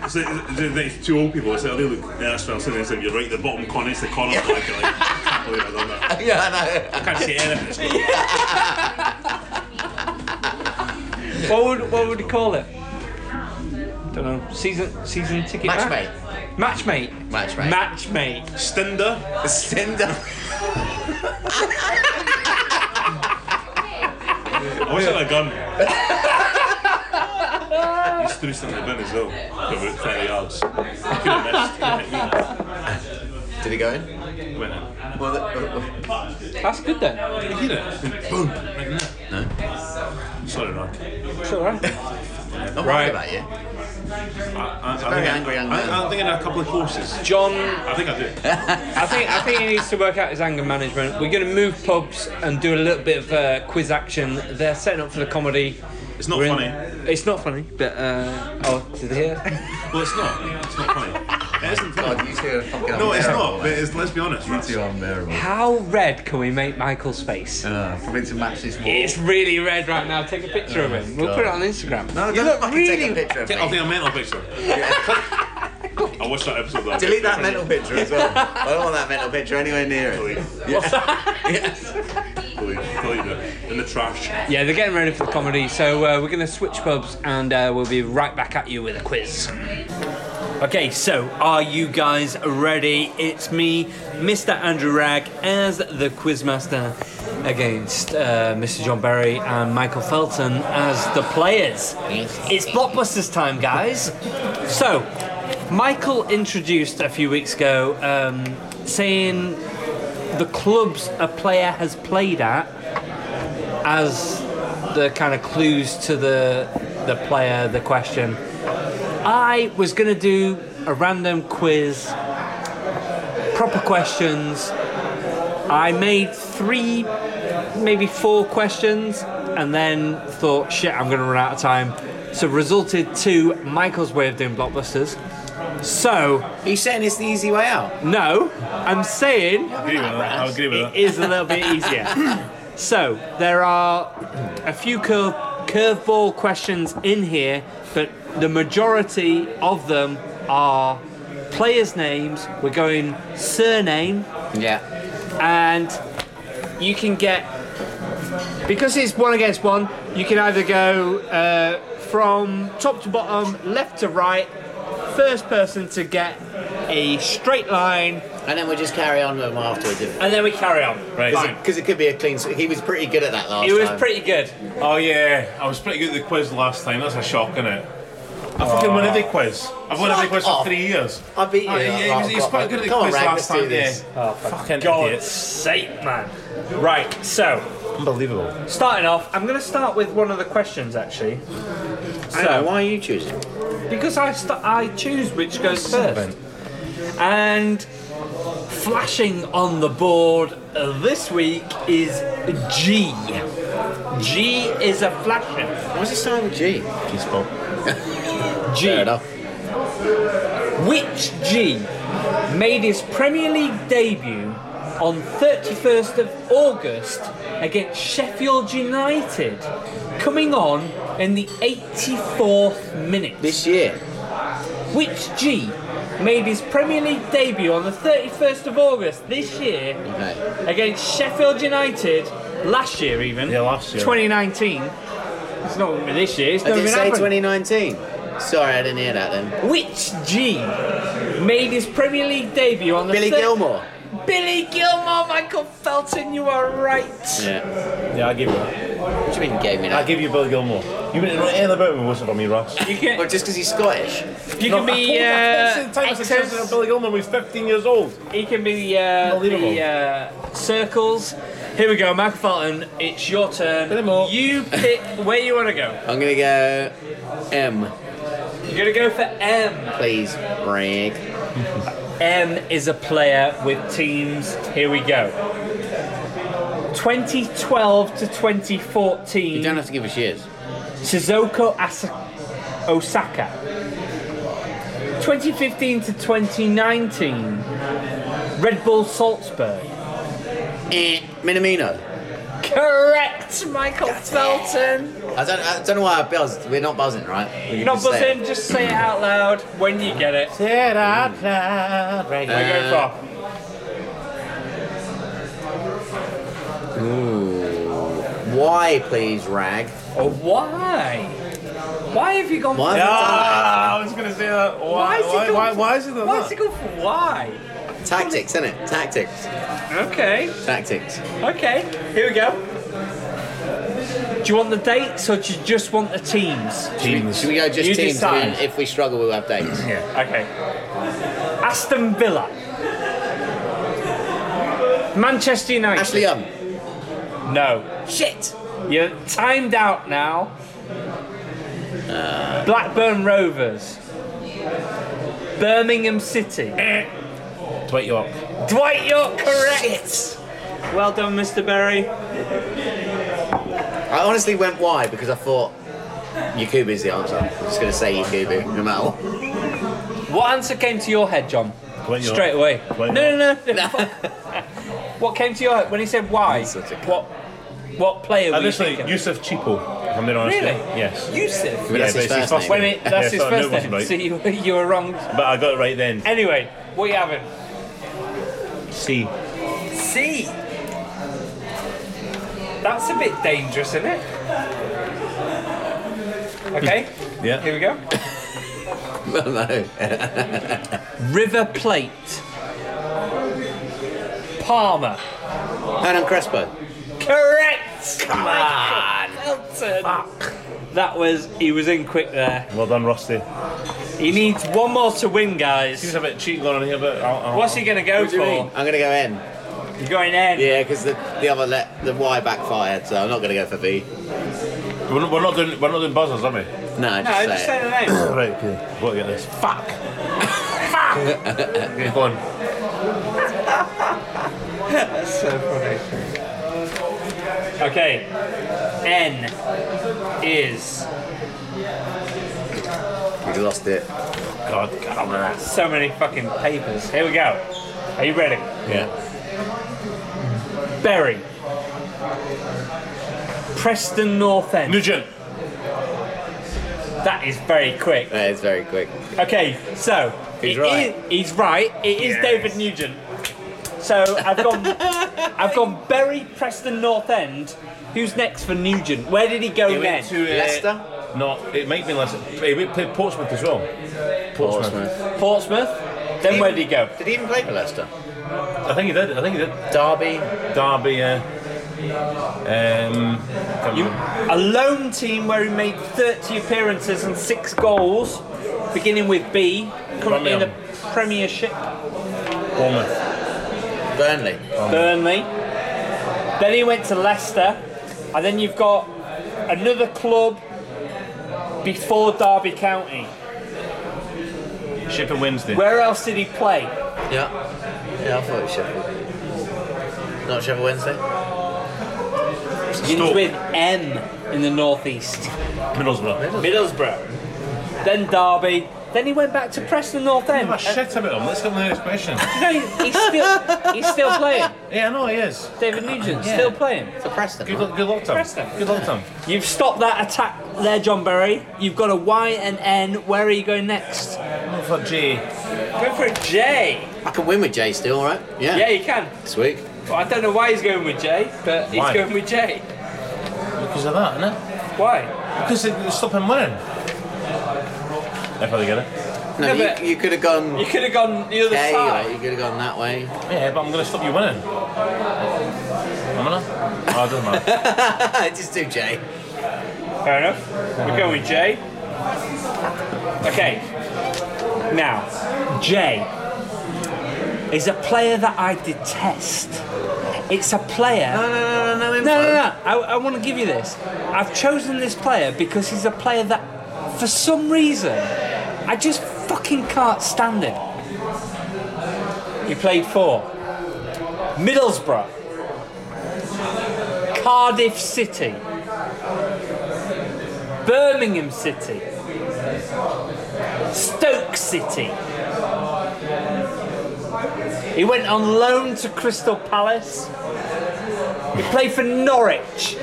Speaker 3: is it, is it next two old people? Is it, oh, they look, yeah, that's what I'm saying. It's like, you're right, the bottom corner, it's the corner. Like, like, I can't believe I've done that.
Speaker 1: Yeah, I know.
Speaker 3: I can't see anything. It's not-
Speaker 2: what would what would you call it? Don't know. Season season ticket
Speaker 1: Matchmate.
Speaker 2: Matchmate.
Speaker 1: Matchmate.
Speaker 2: Matchmate.
Speaker 3: Stinder.
Speaker 1: Cinder.
Speaker 3: I wish I had a gun. He threw something in the bin as well. Got about 30 yards. Could have
Speaker 1: Did he go in?
Speaker 3: missed. Went in.
Speaker 1: Well, the, uh,
Speaker 2: That's good then.
Speaker 3: Did you hear it? Boom. Like that. Sorry, Rock.
Speaker 2: It's alright.
Speaker 1: I'm
Speaker 2: Right.
Speaker 1: right about you.
Speaker 3: I, I, I
Speaker 1: very
Speaker 3: think
Speaker 1: angry
Speaker 3: I,
Speaker 1: young man.
Speaker 3: I, I think I know a couple of courses.
Speaker 2: John,
Speaker 3: I think I do.
Speaker 2: I think I think he needs to work out his anger management. We're going to move pubs and do a little bit of uh, quiz action. They're setting up for the comedy.
Speaker 3: It's not
Speaker 2: We're in-
Speaker 3: funny.
Speaker 2: It's not funny, but uh, oh, did they hear?
Speaker 3: Well, it's not. It's not funny. It isn't
Speaker 1: God,
Speaker 3: funny.
Speaker 1: you two are fucking
Speaker 3: No, it's
Speaker 1: unbearable,
Speaker 3: not. But
Speaker 1: mate.
Speaker 3: it's, let's be honest.
Speaker 1: You two are unbearable.
Speaker 2: How red can we make Michael's face?
Speaker 3: Ah.
Speaker 1: Uh, for me to match this wall.
Speaker 2: It's really red right now. Take a picture of him. We'll put it on Instagram.
Speaker 1: no,
Speaker 2: You
Speaker 1: don't
Speaker 2: look
Speaker 1: fucking take a
Speaker 2: really-
Speaker 1: picture of
Speaker 3: I'll
Speaker 1: me.
Speaker 3: take a mental picture. I watched that episode. That
Speaker 1: Delete that mental picture as well. I don't want that mental picture anywhere near it.
Speaker 3: Delete.
Speaker 2: Oh,
Speaker 3: Delete. Delete it. In the trash.
Speaker 2: Yeah, they're getting ready for the comedy, so uh, we're going to switch pubs and uh, we'll be right back at you with a quiz. Okay, so are you guys ready? It's me, Mr. Andrew Ragg, as the quizmaster against uh, Mr. John Berry and Michael Felton as the players. It's blockbusters time, guys. So, Michael introduced a few weeks ago um, saying the clubs a player has played at as the kind of clues to the the player, the question. I was gonna do a random quiz, proper questions. I made three, maybe four questions, and then thought, shit, I'm gonna run out of time. So resulted to Michael's way of doing blockbusters. So
Speaker 1: Are you saying it's the easy way out?
Speaker 2: no, I'm saying
Speaker 3: I agree with that. I agree with
Speaker 2: it is a little bit easier. so there are a few curve curveball questions in here, but the majority of them are players' names. We're going surname,
Speaker 1: Yeah.
Speaker 2: and you can get because it's one against one. You can either go uh, from top to bottom, left to right. First person to get a straight line,
Speaker 1: And then we'll just carry on with them afterwards. If,
Speaker 2: and then we carry on.
Speaker 3: Right.
Speaker 2: Fine.
Speaker 1: Because it could be a clean. sw- He was pretty good at that last
Speaker 2: It was
Speaker 1: time.
Speaker 2: pretty good.
Speaker 5: Oh yeah, I was pretty good at the quiz last time. That's a shock, isn't it? I fucking won every quiz. I've won every
Speaker 1: Oh. Fuck
Speaker 5: quiz
Speaker 1: off.
Speaker 5: for three years.
Speaker 1: I beat you.
Speaker 5: Oh, yeah, he was, he was
Speaker 1: Oh,
Speaker 5: quite good at the
Speaker 1: come on,
Speaker 5: quiz
Speaker 1: Rag, let's
Speaker 5: last
Speaker 1: do
Speaker 5: time. Yeah.
Speaker 1: this.
Speaker 5: Oh, fucking
Speaker 2: God's
Speaker 5: idiots.
Speaker 2: sake, man. Right, so
Speaker 5: Unbelievable.
Speaker 2: starting off, I'm going to start with one of the questions actually.
Speaker 1: I know,
Speaker 2: So,
Speaker 1: why are you choosing?
Speaker 2: because I st- I choose which goes first. And uh, flashing on the board this week is G. G is a flagship.
Speaker 6: What's it starting with G?
Speaker 3: Key spot.
Speaker 2: G.
Speaker 6: Fair enough.
Speaker 2: Which G made his Premier League debut on 31st of August against Sheffield United, coming on in the 84th minute.
Speaker 6: This year.
Speaker 2: Which G made his Premier League debut on the 31st of August this year
Speaker 6: Okay.
Speaker 2: against Sheffield United last year even.
Speaker 3: Yeah, last year.
Speaker 2: 2019. It's not gonna be this year. It's
Speaker 6: I
Speaker 2: not
Speaker 6: did
Speaker 2: even
Speaker 6: say
Speaker 2: happened.
Speaker 6: 2019. Sorry, I didn't hear that then.
Speaker 2: Which G made his Premier League debut on the
Speaker 6: Billy
Speaker 2: thir-
Speaker 6: Gilmore.
Speaker 2: Billy Gilmore, Michael Felton, you are right.
Speaker 6: Yeah.
Speaker 3: Yeah, I give you that.
Speaker 6: What do you mean gave me
Speaker 3: I
Speaker 6: that?
Speaker 3: give you Billy Gilmore. You wouldn't know anything about me, what's it on me, Russ?
Speaker 2: You can,
Speaker 6: Well, just because he's Scottish.
Speaker 2: you can be
Speaker 3: I told you, I
Speaker 2: uh,
Speaker 3: said the time I said something about
Speaker 2: X's,
Speaker 3: Billy Gilmore when he was 15 years old.
Speaker 2: he can be uh, the
Speaker 3: Unbelievable.
Speaker 2: uh, circles. Here we go, Michael Felton. It's your turn.
Speaker 3: Billy Moore.
Speaker 2: You pick where you want to go.
Speaker 6: I'm gonna go M,
Speaker 2: You're gonna go for M.
Speaker 6: please, Rick.
Speaker 2: M is a player with teams. Here we go. 2012 to 2014.
Speaker 6: You don't have to give us years.
Speaker 2: Suzuko Asa- Osaka. 2015 to 2019, Red Bull Salzburg.
Speaker 6: Eh, Minamino.
Speaker 2: Correct, Michael Felton.
Speaker 6: I don't, I don't know why I buzzed. We're not buzzing, right? We can
Speaker 2: Not
Speaker 6: just say it. Mm.
Speaker 2: buzzing, just say it out loud when you get it.
Speaker 3: Where you
Speaker 6: Uh,
Speaker 3: going
Speaker 6: Ooh. Why, please, Rag?
Speaker 2: Oh, why? Why have you gone
Speaker 6: Why?
Speaker 2: for
Speaker 6: have I
Speaker 3: Ah, I was going to say that. Why,
Speaker 2: why?
Speaker 3: why,
Speaker 2: has he
Speaker 3: why,
Speaker 2: gone
Speaker 3: why,
Speaker 2: for-
Speaker 3: is it that?
Speaker 2: Why is it gone for why?
Speaker 6: done that? Tactics, innit? Tactics.
Speaker 2: Okay,
Speaker 6: Tactics.
Speaker 2: okay, here we go. Do you want the dates or do you just want the teams?
Speaker 6: Should we go just
Speaker 2: You
Speaker 6: teams?
Speaker 2: decide.
Speaker 6: and if we struggle, we'll have dates.
Speaker 2: Okay. Aston Villa. Manchester United.
Speaker 6: Ashley Young.
Speaker 2: No.
Speaker 6: Shit.
Speaker 2: You're timed out now.
Speaker 6: Uh.
Speaker 2: Blackburn Rovers. Birmingham City.
Speaker 6: Eh.
Speaker 3: Dwight York.
Speaker 2: Dwight York, correct. Well done, Mr. Berry.
Speaker 6: I honestly went why because I thought Yakubu's the answer. I'm just gonna say Yakubu, no matter what.
Speaker 2: What answer came to your head, John?
Speaker 3: Dwight York.
Speaker 2: Straight away.
Speaker 3: Dwight
Speaker 2: no,
Speaker 3: York.
Speaker 2: no, no, no. what came to your head when he said why?
Speaker 6: such a cunt.
Speaker 2: What? What player were
Speaker 3: And
Speaker 2: you
Speaker 3: this like
Speaker 2: thinking?
Speaker 3: Yusuf Cheapo, if I'm being honest.
Speaker 2: Really?
Speaker 3: with you. Yes.
Speaker 2: Yusuf.
Speaker 6: But that's
Speaker 3: Yeah, but it's his
Speaker 6: his first
Speaker 3: first
Speaker 6: name.
Speaker 2: Wait a minute, that's his
Speaker 3: Yeah, so I knew
Speaker 2: first
Speaker 3: it wasn't
Speaker 2: name.
Speaker 3: right.
Speaker 2: So you, you were wrong.
Speaker 3: But I got it right then.
Speaker 2: Anyway, what you having?
Speaker 3: C.
Speaker 2: C. That's a bit dangerous, isn't it? Okay,
Speaker 3: Yeah.
Speaker 2: here we go.
Speaker 6: Well, no.
Speaker 2: River Plate. Palmer.
Speaker 6: Hernan Crespo.
Speaker 2: Correct!
Speaker 6: Come on.
Speaker 2: Elton. That was, he was in quick there.
Speaker 3: Well done, Rusty.
Speaker 2: He needs one more to win,
Speaker 3: Seems
Speaker 2: guys.
Speaker 3: a bit cheating going on here, but I'll, I'll,
Speaker 2: What's he going to go for?
Speaker 6: I'm gonna go N.
Speaker 2: You're going in.
Speaker 6: Yeah, because the, the other let the Y backfired, so I'm not gonna go for B.
Speaker 3: We're, not- we're not doing we're not doing buzzers, are we?
Speaker 6: No,
Speaker 2: No,
Speaker 6: just say
Speaker 2: just
Speaker 6: it.
Speaker 2: say the name.
Speaker 3: Right. Okay. Got to get this.
Speaker 2: Fuck.
Speaker 3: Okay, go on.
Speaker 2: Okay. N is
Speaker 6: You lost it.
Speaker 3: God, God, I'm gonna-
Speaker 2: so many fucking papers. Here we go. Are you ready?
Speaker 3: Yeah.
Speaker 2: Berry. Preston North End.
Speaker 3: Nugent.
Speaker 2: That is very quick.
Speaker 6: That is very quick.
Speaker 2: Okay, so
Speaker 6: He's
Speaker 2: it
Speaker 6: right.
Speaker 2: i- he's right. It is David Nugent. So I've gone. I've gone. Berry, Preston North End. Who's next for Nugent? Where did he go
Speaker 3: He went
Speaker 2: next?
Speaker 3: to, uh,
Speaker 6: Leicester?
Speaker 3: No, it might be Leicester. He went- played Portsmouth as well.
Speaker 6: Portsmouth.
Speaker 2: Portsmouth. Then where did he go?
Speaker 6: Did he even play for Leicester?
Speaker 3: I think he did. I think he did.
Speaker 6: Derby.
Speaker 3: Derby. Uh, um. can't
Speaker 2: You,
Speaker 3: remember.
Speaker 2: a lone team where he made 30 appearances and six goals, beginning with B, currently in the Premiership,
Speaker 3: Bournemouth.
Speaker 6: Burnley.
Speaker 2: Burnley. Then he went to Leicester, and then you've got another club before Derby County.
Speaker 3: Shipping Wednesday.
Speaker 2: Where else did he play?
Speaker 6: Yeah. Yeah, I thought it was Sheffield. Not Sheffield Wednesday.
Speaker 3: Starts at
Speaker 2: Begins
Speaker 3: Stoke.
Speaker 2: with M in the northeast.
Speaker 3: Middlesbrough.
Speaker 2: Middlesbrough, then Derby. Then he went back to Preston North End.
Speaker 3: Give a shit about him. Let's get on to the next question.
Speaker 2: And- no, he's still he's still playing.
Speaker 3: Yeah, I know he is.
Speaker 2: David Nugent
Speaker 3: Yeah.
Speaker 2: still playing.
Speaker 6: It's a Preston.
Speaker 3: Good, luck- good luck to
Speaker 2: Preston.
Speaker 3: him. Good luck to him.
Speaker 2: You've stopped that attack there, John Berry. You've got a Y and N. Where are you going next?
Speaker 3: Not for G.
Speaker 2: Go for a J.
Speaker 6: I can win with Jay still, right? Yeah.
Speaker 2: Yeah, you can.
Speaker 6: Sweet.
Speaker 2: Well, I don't know why he's going with J, but he's
Speaker 3: Why?
Speaker 2: going with J.
Speaker 3: Because of that, innit?
Speaker 2: Why?
Speaker 3: Because they, they stop him winning. If I get it.
Speaker 6: No,
Speaker 2: No, but-
Speaker 6: you, you could have gone.
Speaker 2: You could have gone the other
Speaker 6: Hey,
Speaker 2: side.
Speaker 6: like, you could have gone that way.
Speaker 3: Yeah, but I'm going to stop you winning. Am I not? Oh, it doesn't matter.
Speaker 6: Just do Jay.
Speaker 2: Fair enough. We're going with J. Okay. Now, J is a player that I detest. It's a player.
Speaker 6: No, no, no, no, no.
Speaker 2: No, no,
Speaker 6: info.
Speaker 2: no. I, I want to give you this. I've chosen this player because he's a player that, for some reason, I just fucking can't stand him. He played for Middlesbrough, Cardiff City, Birmingham City, Stoke City. He went on loan to Crystal Palace. He played for Norwich.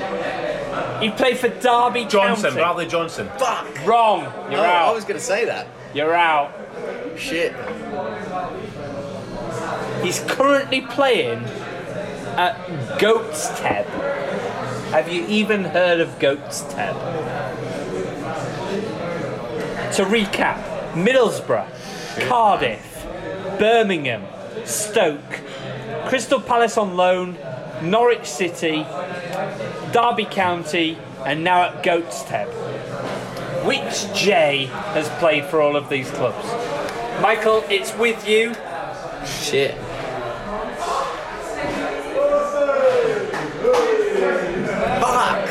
Speaker 2: He played for Derby
Speaker 3: Johnson,
Speaker 2: County.
Speaker 3: Bradley Johnson.
Speaker 6: Fuck.
Speaker 2: Wrong. You're
Speaker 6: Oh, I
Speaker 2: out.
Speaker 6: was gonna say that.
Speaker 2: You're out.
Speaker 6: Shit.
Speaker 2: He's currently playing at Goats Tab. Have you even heard of Goats Tab? To recap, Middlesbrough, Cardiff, Birmingham, Stoke, Crystal Palace on loan, Norwich City, Derby County, and now at Goats Tab. Which J has played for all of these clubs? Michael, it's with you.
Speaker 6: Shit. Fuck.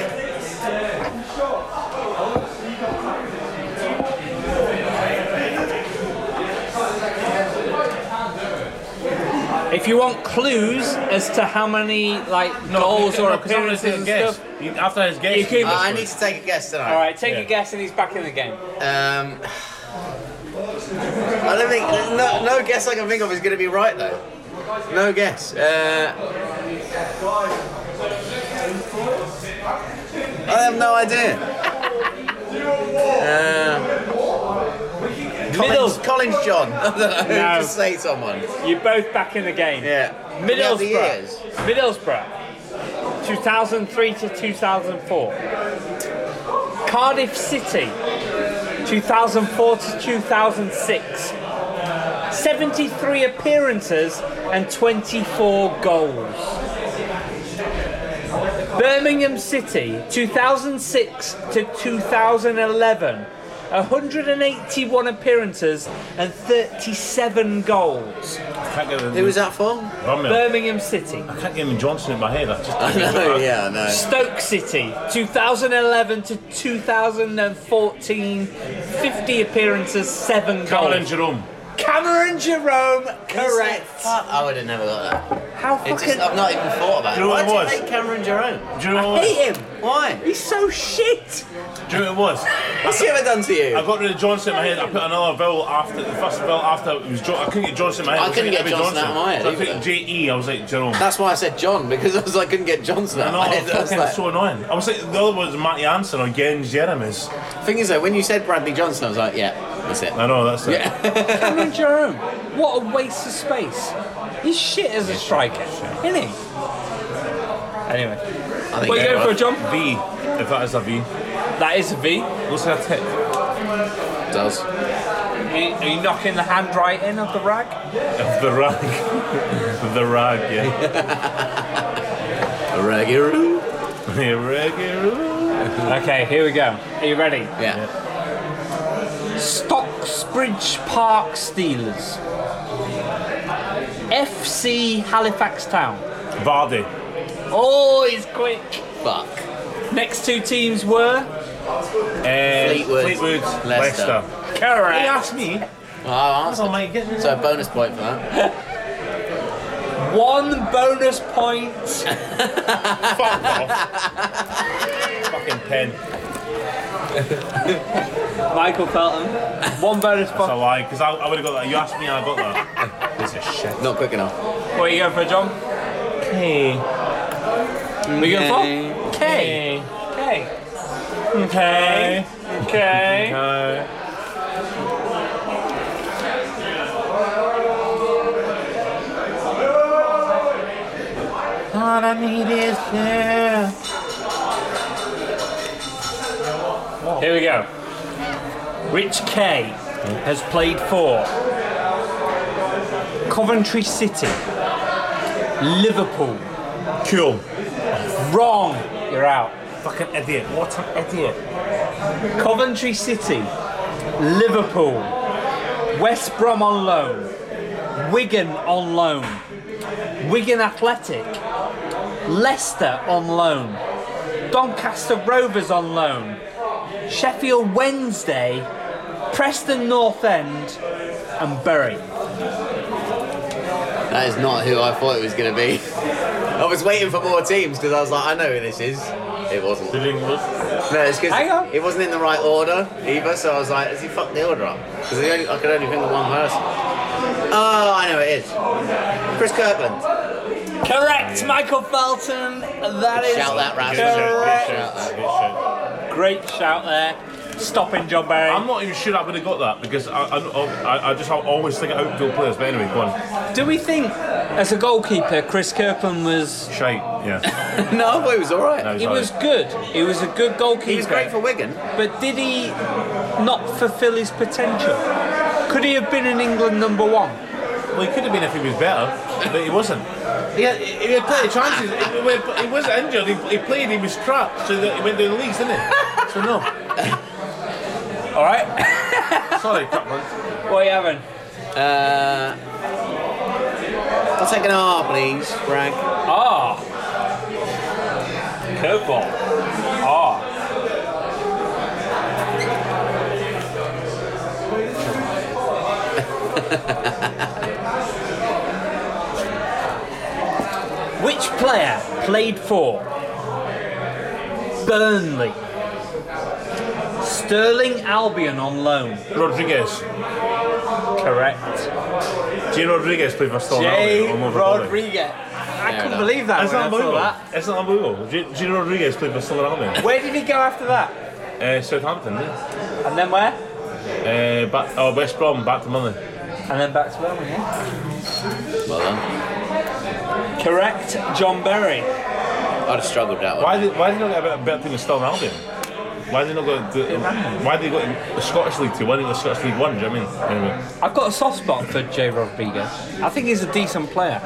Speaker 2: If you want clues as to how many like goals or
Speaker 3: because I'm going
Speaker 2: appearances
Speaker 3: to take a
Speaker 2: and
Speaker 3: guess.
Speaker 2: stuff,
Speaker 3: You- After his guess,
Speaker 2: You
Speaker 3: you
Speaker 2: could-
Speaker 3: can
Speaker 6: Uh,
Speaker 3: guess
Speaker 6: I
Speaker 3: one.
Speaker 6: need to take a guess tonight.
Speaker 2: all right, take
Speaker 3: Yeah.
Speaker 2: a guess, and he's back in the game.
Speaker 6: Um, I don't think no, no guess I can think of is going to be right though. No guess. Uh, I have no idea. Uh, Collins,
Speaker 2: Middles-
Speaker 6: Collins John. I don't know.
Speaker 2: No.
Speaker 6: Just say someone.
Speaker 2: You're both back in the game.
Speaker 6: Yeah. Yeah, the
Speaker 2: Middlesbrough.
Speaker 6: years.
Speaker 2: Middlesbrough. 2003 to 2004. Cardiff City. 2004 to 2006. 73 appearances and 24 goals. Birmingham City, 2006 to 2011. 181 appearances and 37 goals.
Speaker 3: can't get
Speaker 6: Who was that for?
Speaker 3: Bromley.
Speaker 2: Birmingham City.
Speaker 3: I can't get him Johnson in my head. I just
Speaker 6: I know. Yeah, I know.
Speaker 2: Stoke City, 2011 to 2014, 50 appearances, 7
Speaker 3: Cameron
Speaker 2: goals.
Speaker 3: Jerome.
Speaker 2: Cameron Jerome, correct.
Speaker 6: Fuck, I would have never got that.
Speaker 2: How
Speaker 6: It just,
Speaker 2: fucking...
Speaker 6: I've not even thought about it.
Speaker 3: Do you know
Speaker 6: Why
Speaker 3: what it
Speaker 6: do
Speaker 3: was?
Speaker 6: you make Cameron Jerome?
Speaker 3: Do you know what it
Speaker 2: hate him.
Speaker 6: Why?
Speaker 2: He's so shit.
Speaker 3: was? Do you know what it was?
Speaker 6: What's he ever done to you?
Speaker 3: I got rid of Johnson in my head. I put another vowel after the first vowel after it was jo- I couldn't get Johnson in my head.
Speaker 6: I
Speaker 3: was
Speaker 6: couldn't
Speaker 3: thinking
Speaker 6: get
Speaker 3: it'd be
Speaker 6: Johnson out of my head
Speaker 3: So I
Speaker 6: either.
Speaker 3: took J E. I was like Jerome.
Speaker 6: That's why I said John because I was like, I couldn't get Johnson out.
Speaker 3: No,
Speaker 6: of
Speaker 3: I
Speaker 6: my head. I was
Speaker 3: fucking
Speaker 6: like,
Speaker 3: so annoying. I was like, the other one was Matty Anson or Gens Jeremies.
Speaker 6: thing is though, when you said Bradley Johnson, I was like, yeah, that's it.
Speaker 3: I know, that's it.
Speaker 2: Cameron Jerome, what a waste of space. He's shit as a striker, isn't he? Anyway,
Speaker 6: I think
Speaker 2: what are you
Speaker 6: it
Speaker 2: going for,
Speaker 6: was.
Speaker 2: John?
Speaker 3: V, if that is a V.
Speaker 2: That is a V.
Speaker 3: Looks like a tick.
Speaker 6: Does.
Speaker 2: Are you, are you knocking the hand right in of the rag?
Speaker 3: Of the rag. the rag, yeah.
Speaker 6: A raggy roo.
Speaker 3: The rag,
Speaker 2: Okay, here we go. Are you ready?
Speaker 6: Yeah.
Speaker 2: Stocksbridge Park Steelers. FC Halifax Town.
Speaker 3: Vardy.
Speaker 2: Oh, he's quick.
Speaker 6: Fuck.
Speaker 2: Next two teams were.
Speaker 3: Eh,
Speaker 6: Fleetwood.
Speaker 3: Fleetwood.
Speaker 6: Leicester.
Speaker 3: Leicester. He
Speaker 2: Correct.
Speaker 3: asked me.
Speaker 6: Well, I
Speaker 3: That's all
Speaker 6: answered.
Speaker 3: my getting.
Speaker 6: So a bonus point for that.
Speaker 2: One
Speaker 7: bonus point.
Speaker 3: Fuck off. Fucking pen.
Speaker 7: Michael Felton. One bonus
Speaker 3: That's a
Speaker 7: point.
Speaker 3: lie, because I, I would have got that. You asked me and I got that. Piece of shit.
Speaker 6: Not quick enough.
Speaker 7: What are you going for, John?
Speaker 3: Hey.
Speaker 7: What are you going for? K.
Speaker 3: Hey.
Speaker 7: K.
Speaker 3: Okay.
Speaker 7: K.
Speaker 3: Uh, All I need is you.
Speaker 2: Here we go. Rich K has played for Coventry City, Liverpool.
Speaker 3: Cool.
Speaker 2: Wrong. You're out.
Speaker 3: Fucking idiot.
Speaker 2: What an idiot. Coventry City, Liverpool, West Brom on loan, Wigan on loan, Wigan Athletic, Leicester on loan, Doncaster Rovers on loan, Sheffield Wednesday, Preston North End, and Bury.
Speaker 6: That is not who I thought it was going to be. I was waiting for more teams because I was like, I know who this is. It wasn't.
Speaker 3: Did English.
Speaker 6: No, it's because
Speaker 2: Hang on.
Speaker 6: it wasn't in the right order either. So I was like, has he fucked the order up? Because I could only think of one person. Oh, I know it is. Chris Kirkland.
Speaker 2: Correct, Michael Felton. That is
Speaker 6: Shout that, Raz.
Speaker 3: Good shit,
Speaker 2: correct.
Speaker 3: good shit, good shit.
Speaker 2: Great shout there. Stopping John Barry.
Speaker 3: I'm not even sure I would have got that because I, I, I, I just always think of outfield players. But anyway, go on.
Speaker 2: Do we think, as a goalkeeper, Chris Kirkland was
Speaker 3: Shite. Yeah.
Speaker 6: No, I thought he was all right.
Speaker 3: No, he's
Speaker 2: he
Speaker 3: not.
Speaker 2: was good. He was a good goalkeeper.
Speaker 6: He was great for Wigan.
Speaker 2: But did he not fulfil his potential? Could he have been an England number one?
Speaker 3: Well, he could have been if he was better, but he wasn't. He had, he had plenty of chances. He, he- he was injured. He, he played. He was crap. So that he went down the leagues, didn't he? So no.
Speaker 2: All right.
Speaker 3: Sorry, Cutman.
Speaker 2: What are you having?
Speaker 6: Uh, I'll take an R, please, Frank.
Speaker 2: Ah. Curveball. Ah. Which player played for Burnley? Sterling Albion on loan.
Speaker 3: Rodriguez.
Speaker 2: Correct.
Speaker 3: Jay Rodriguez played for Stirling.
Speaker 2: J.
Speaker 3: Albion. I'm over Burnley.
Speaker 2: Rodriguez. I
Speaker 6: Fair
Speaker 2: couldn't
Speaker 6: enough.
Speaker 2: believe that
Speaker 3: It's
Speaker 2: when I
Speaker 3: not
Speaker 2: saw
Speaker 3: unbelievable.
Speaker 2: that.
Speaker 3: It's not unbelievable. J- Gino Rodriguez played for Stirling Albion.
Speaker 2: Where did he go after that?
Speaker 3: Uh, Southampton, yeah.
Speaker 2: And then where?
Speaker 3: Uh, back, oh, West Brom, back to Monday.
Speaker 2: And then back to Birmingham. yeah.
Speaker 6: Well done.
Speaker 2: Correct, John Berry.
Speaker 6: I'd have struggled that one.
Speaker 3: Why did why did they not get a better team than Stirling Albion? Why did they not go to, why did they go to the Scottish League Two? Why didn't they go to the Scottish League One? Do you know what I mean? Anyway.
Speaker 2: I've got a soft spot for J. Rodriguez. I think he's a decent player.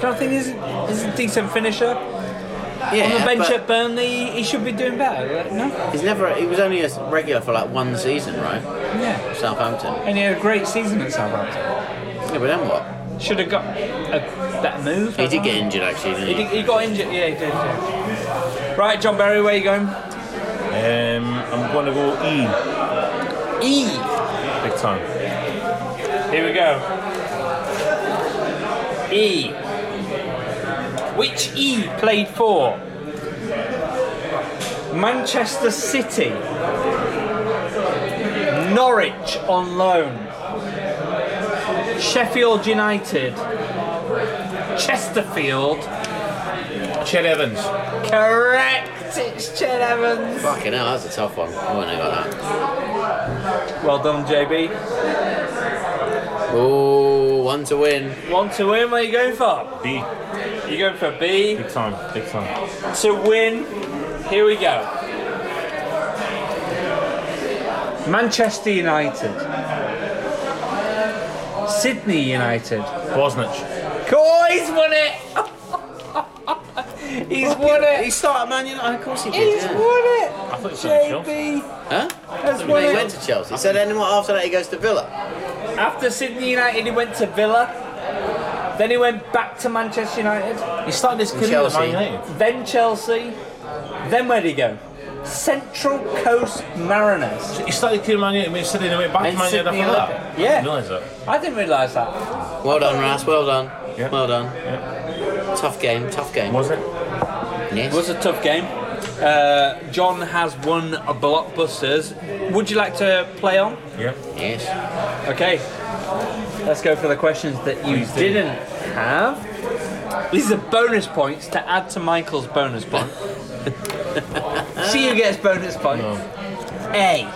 Speaker 2: Don't I think he's, he's a decent finisher.
Speaker 6: Yeah,
Speaker 2: On the bench
Speaker 6: but
Speaker 2: at Burnley, he should be doing better. No?
Speaker 6: he's never. He was only a regular for like one season, right?
Speaker 2: Yeah.
Speaker 6: Southampton.
Speaker 2: And he had a great season at Southampton.
Speaker 6: Yeah, but then what?
Speaker 2: Should have got a better move. I
Speaker 6: He did
Speaker 2: don't know.
Speaker 6: get injured actually, didn't
Speaker 2: He,
Speaker 6: he?
Speaker 2: did, he got injured. Yeah, he did. Yeah. Right, John Berry, where you going?
Speaker 3: Um, I'm going to go E,
Speaker 2: E.
Speaker 3: big time.
Speaker 2: Here we go. E. Which E played for? Manchester City. Norwich on loan. Sheffield United. Chesterfield.
Speaker 3: Chet Evans.
Speaker 2: Correct, it's Chet Evans.
Speaker 6: Fucking hell, that's a tough one. I wouldn't have got that.
Speaker 2: Well done, JB.
Speaker 6: Ooh, one to win.
Speaker 2: One to win, where are you going for?
Speaker 3: B,
Speaker 2: You going for B?
Speaker 3: E, big time, big time.
Speaker 2: to win. Here we go. Manchester United. Sydney United.
Speaker 3: Bosnich.
Speaker 2: Oh, he's won it! he's won
Speaker 6: He
Speaker 2: it!
Speaker 6: started Man United, of course he did.
Speaker 2: He's
Speaker 6: yeah.
Speaker 2: won it!
Speaker 3: I thought it was Chelsea.
Speaker 2: JB
Speaker 6: Huh?
Speaker 2: has won
Speaker 6: When he went
Speaker 2: it.
Speaker 6: to Chelsea. So then what after that he goes to Villa?
Speaker 2: After Sydney United, he went to Villa. Then he went back to Manchester United.
Speaker 3: He started his career
Speaker 6: Chelsea.
Speaker 3: at Man United.
Speaker 2: Then Chelsea. Then where'd he go? Central Coast Mariners.
Speaker 3: He started his career at Man United, went to City, and then went back
Speaker 2: And
Speaker 3: to Man United
Speaker 2: Sydney
Speaker 3: after that.
Speaker 2: Olympic.
Speaker 3: I
Speaker 2: Yeah.
Speaker 3: didn't realise that.
Speaker 2: I didn't realise that.
Speaker 6: Well done, Ras. Well done.
Speaker 3: Yeah.
Speaker 6: Well done.
Speaker 3: Yeah.
Speaker 6: Tough game, tough game.
Speaker 3: Was it?
Speaker 6: Yes.
Speaker 2: It was a tough game. Uh, John has won a blockbusters. Would you like to play on?
Speaker 3: Yeah.
Speaker 6: yes.
Speaker 2: Okay. Let's go for the questions that you didn't have. These are bonus points to add to Michael's bonus point. See who gets bonus points. A.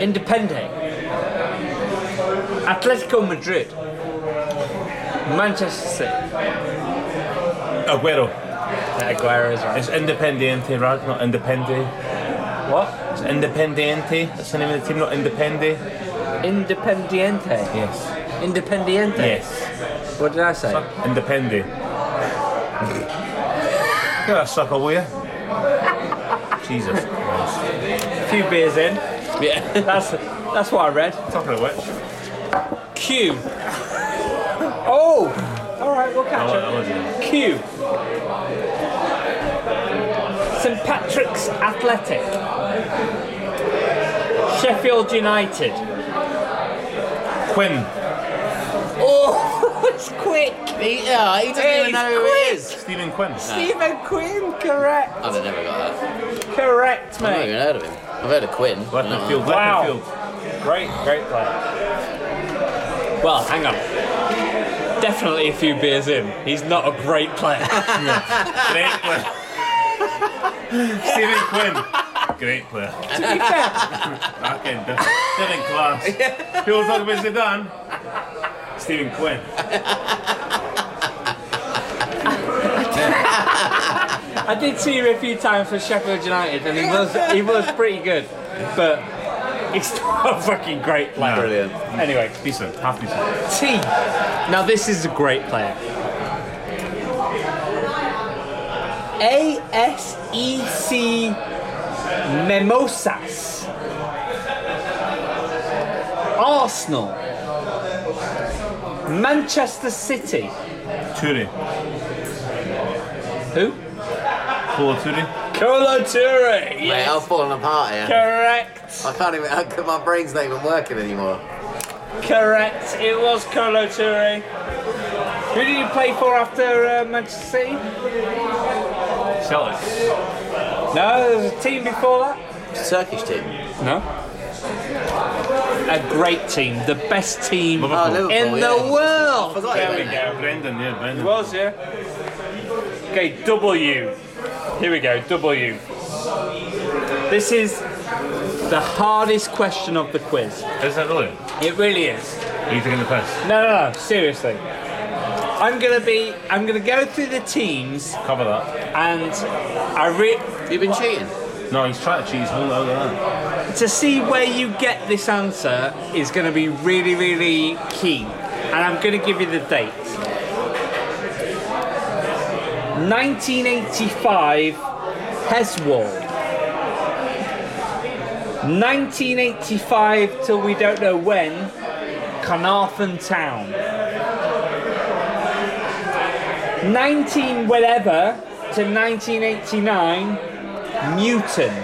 Speaker 2: Independe. Atletico Madrid. Manchester City.
Speaker 3: Aguero.
Speaker 2: Aguero is right.
Speaker 3: It's Independiente, right? Not Independe.
Speaker 2: What?
Speaker 3: It's Independiente. That's the name of the team, not Independe.
Speaker 2: Independiente.
Speaker 3: Yes.
Speaker 2: Independiente.
Speaker 3: Yes.
Speaker 2: What did I say?
Speaker 3: Independe. You're a sucker, will you? Jesus Christ.
Speaker 2: A few beers in.
Speaker 6: Yeah.
Speaker 2: That's that's what I read.
Speaker 3: Talking of which,
Speaker 2: Q. Oh. All right, we'll
Speaker 3: I
Speaker 2: catch
Speaker 3: want,
Speaker 2: it.
Speaker 3: I want you.
Speaker 2: Q. St Patrick's Athletic. Sheffield United.
Speaker 3: Quinn.
Speaker 2: Oh, it's quick.
Speaker 6: He, yeah, he doesn't even
Speaker 2: He's
Speaker 6: know who it is.
Speaker 3: Stephen Quinn.
Speaker 2: Stephen Quinn, correct. Oh,
Speaker 6: I've never got that.
Speaker 2: Correct,
Speaker 6: I've not
Speaker 2: mate.
Speaker 6: even heard of him. I've heard of Quinn. but not-
Speaker 3: Left field.
Speaker 2: Wow.
Speaker 3: Left field.
Speaker 2: Great, great player. Well, hang on. Definitely a few beers in. He's not a great player.
Speaker 3: Great player. Stephen Quinn. Great player. Fucking Stephen class. People talk about Zidane. Stephen Quinn.
Speaker 2: I did see him a few times for Sheffield United, and he was he was pretty good, but he's not a fucking great player.
Speaker 3: Brilliant.
Speaker 2: Anyway,
Speaker 3: Decent. Half decent.
Speaker 2: T. Now this is a great player. A S E C Memosas. Arsenal. Manchester City.
Speaker 3: Toure.
Speaker 2: Who?
Speaker 3: Polo Toure.
Speaker 2: Colo Touré.
Speaker 6: Mate,
Speaker 2: Yes.
Speaker 6: I've fallen apart here.
Speaker 2: Correct.
Speaker 6: I can't even. I, my brain's not even working anymore.
Speaker 2: Correct. It was Colo Touré. Who did you play for after uh, Manchester City?
Speaker 3: Celtic.
Speaker 2: No, there was a team before that.
Speaker 6: It's a Turkish team.
Speaker 2: No. A great team, the best team
Speaker 6: Oh, Liverpool.
Speaker 2: in
Speaker 6: yeah.
Speaker 2: the world.
Speaker 6: Forgot
Speaker 3: There
Speaker 6: about
Speaker 3: we
Speaker 6: that.
Speaker 3: go. Brendan, yeah, Brendan.
Speaker 2: was, yeah. Okay, W. Here we go, W. This is the hardest question of the quiz.
Speaker 3: Is that really?
Speaker 2: It really is.
Speaker 3: Are you taking the piss?
Speaker 2: No, no, no. Seriously, I'm gonna be. I'm gonna go through the teams,
Speaker 3: Cover that.
Speaker 2: and I re-
Speaker 6: You've been cheating.
Speaker 3: No, he's trying to cheat. He's holding out that.
Speaker 2: to see where you get this answer is gonna be really, really key. And I'm gonna give you the date. 1985, Heswald. 1985 till we don't know when, Carnarvon Town. 19 whatever to 1989, Newton.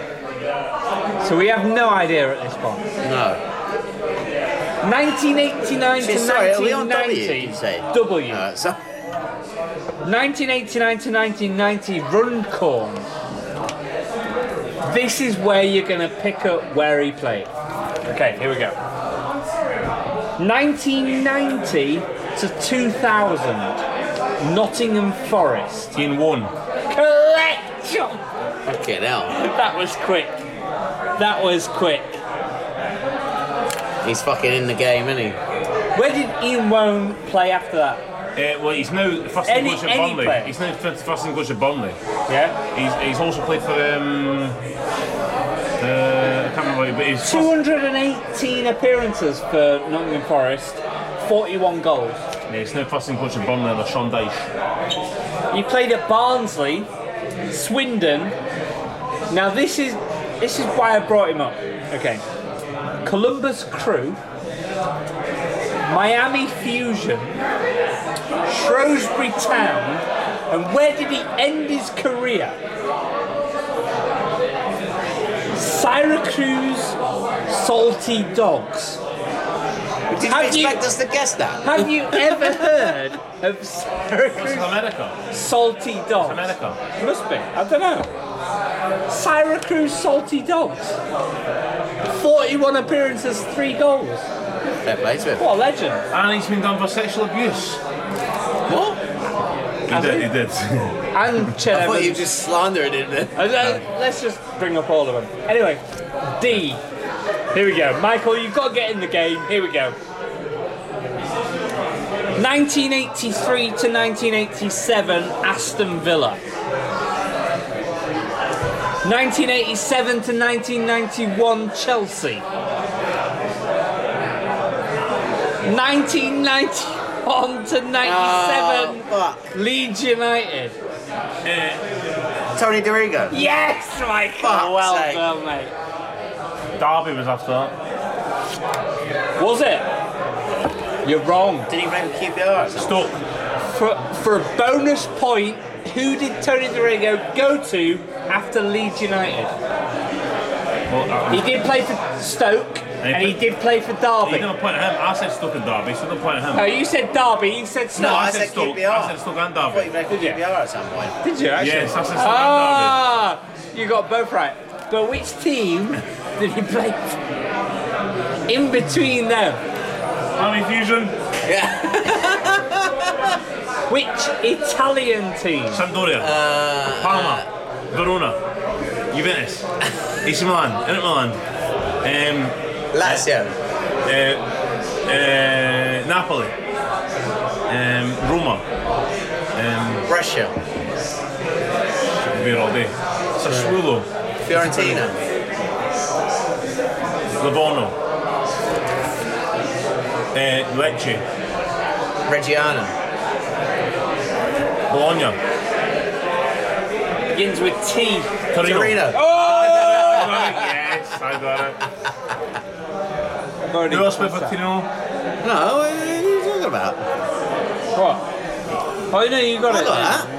Speaker 2: So we have no idea at this point.
Speaker 6: No.
Speaker 2: 1989 to
Speaker 6: Shit, sorry, are we on W,
Speaker 2: 1990.
Speaker 6: did you say? Uh,
Speaker 2: W.
Speaker 6: Alright, so,
Speaker 2: 1989 to 1990 Runcorn. This is where you're going to pick up where he played. Okay, here we go. 1990 to 2000 Nottingham Forest.
Speaker 3: Ian Warren.
Speaker 2: Correct! John.
Speaker 6: fucking hell.
Speaker 2: That was quick. That was quick.
Speaker 6: He's fucking in the game, isn't he?
Speaker 2: Where did Ian Wone play after that?
Speaker 3: Uh, well, he's now first
Speaker 2: Any-
Speaker 3: in coach at
Speaker 2: any
Speaker 3: Burnley.
Speaker 2: player.
Speaker 3: He's now first first in coach at Burnley.
Speaker 2: Yeah.
Speaker 3: He's, he's also played for um, uh, I can't remember, but he's first,
Speaker 2: 218 appearances for Nottingham Forest, 41 goals.
Speaker 3: yeah, he's now first in coach at Burnley under Sean Dyche.
Speaker 2: He played at Barnsley, Swindon. Now this is this is why I brought him up. Okay. Columbus Crew, Miami Fusion, Shrewsbury Town, and where did he end his career? Syracuse Salty Dogs.
Speaker 6: Did you
Speaker 2: Have you-
Speaker 6: expect us to guess that?
Speaker 2: Have you ever heard of Syracuse
Speaker 3: What's America?
Speaker 2: salty dogs?
Speaker 3: America.
Speaker 2: Must be. I don't know. Syracuse salty dogs. 41 appearances, three goals.
Speaker 6: Fair play to him.
Speaker 2: What a legend.
Speaker 3: And he's been done for sexual abuse.
Speaker 6: What?
Speaker 3: He did, he did.
Speaker 2: And Chet
Speaker 6: I thought you
Speaker 2: Evans.
Speaker 6: just slandered it then.
Speaker 2: I don't- Let's just bring up all of them. Anyway, D. Here we go. Michael, you've got to get in the game. Here we go. 1983 to 1987, Aston Villa. 1987 to 1991, Chelsea. 1991 to 97,
Speaker 6: Oh,
Speaker 2: Leeds United.
Speaker 6: fuck. Tony DiRigo.
Speaker 2: Yes, Michael.
Speaker 6: Fuck's
Speaker 2: well
Speaker 6: sake.
Speaker 2: done, mate.
Speaker 3: Derby was after that.
Speaker 2: Was it? You're wrong.
Speaker 6: Did he play for QPR or something?
Speaker 3: Stoke.
Speaker 2: For, for a bonus point, who did Tony DiRigo go to after Leeds United?
Speaker 3: Well, uh,
Speaker 2: He did play for Stoke, and he did play for
Speaker 3: you
Speaker 2: Derby.
Speaker 3: don't point at him. I said Stoke and Derby, so don't point at him.
Speaker 2: Oh, you said Derby. You said
Speaker 6: No,
Speaker 2: Stoke.
Speaker 6: I
Speaker 3: I
Speaker 6: said
Speaker 3: said Stoke.
Speaker 6: QPR.
Speaker 3: I said Stoke and
Speaker 6: I thought he
Speaker 3: Derby.
Speaker 6: played for
Speaker 2: Did you?
Speaker 6: QPR at some point.
Speaker 2: Did you actually?
Speaker 3: Yes, I said Stoke and
Speaker 2: Ah, you got both right. But which team did he play for? In between them,
Speaker 3: Derby. Army Fusion,
Speaker 2: which Italian team?
Speaker 3: Sampdoria, Uh, Parma, Verona, Juventus, AC Milan, Inter Milan, um,
Speaker 6: Lazio.
Speaker 3: uh, uh, Napoli, um, Roma.
Speaker 6: Russia.
Speaker 3: Could be here all day. Sassuolo,
Speaker 6: Fiorentina.
Speaker 3: Livorno, uh, Lecce,
Speaker 6: Reggiana.
Speaker 3: Bologna,
Speaker 2: Begins with T.
Speaker 3: Torino.
Speaker 6: Torino.
Speaker 2: Oh!
Speaker 3: Right, yes, I got
Speaker 2: I've
Speaker 3: it.
Speaker 2: already
Speaker 3: Who else played for
Speaker 2: guessed that.
Speaker 3: Torino?
Speaker 6: No, what are you talking about?
Speaker 2: What? Oh no, you got
Speaker 6: I
Speaker 2: it.
Speaker 6: got that.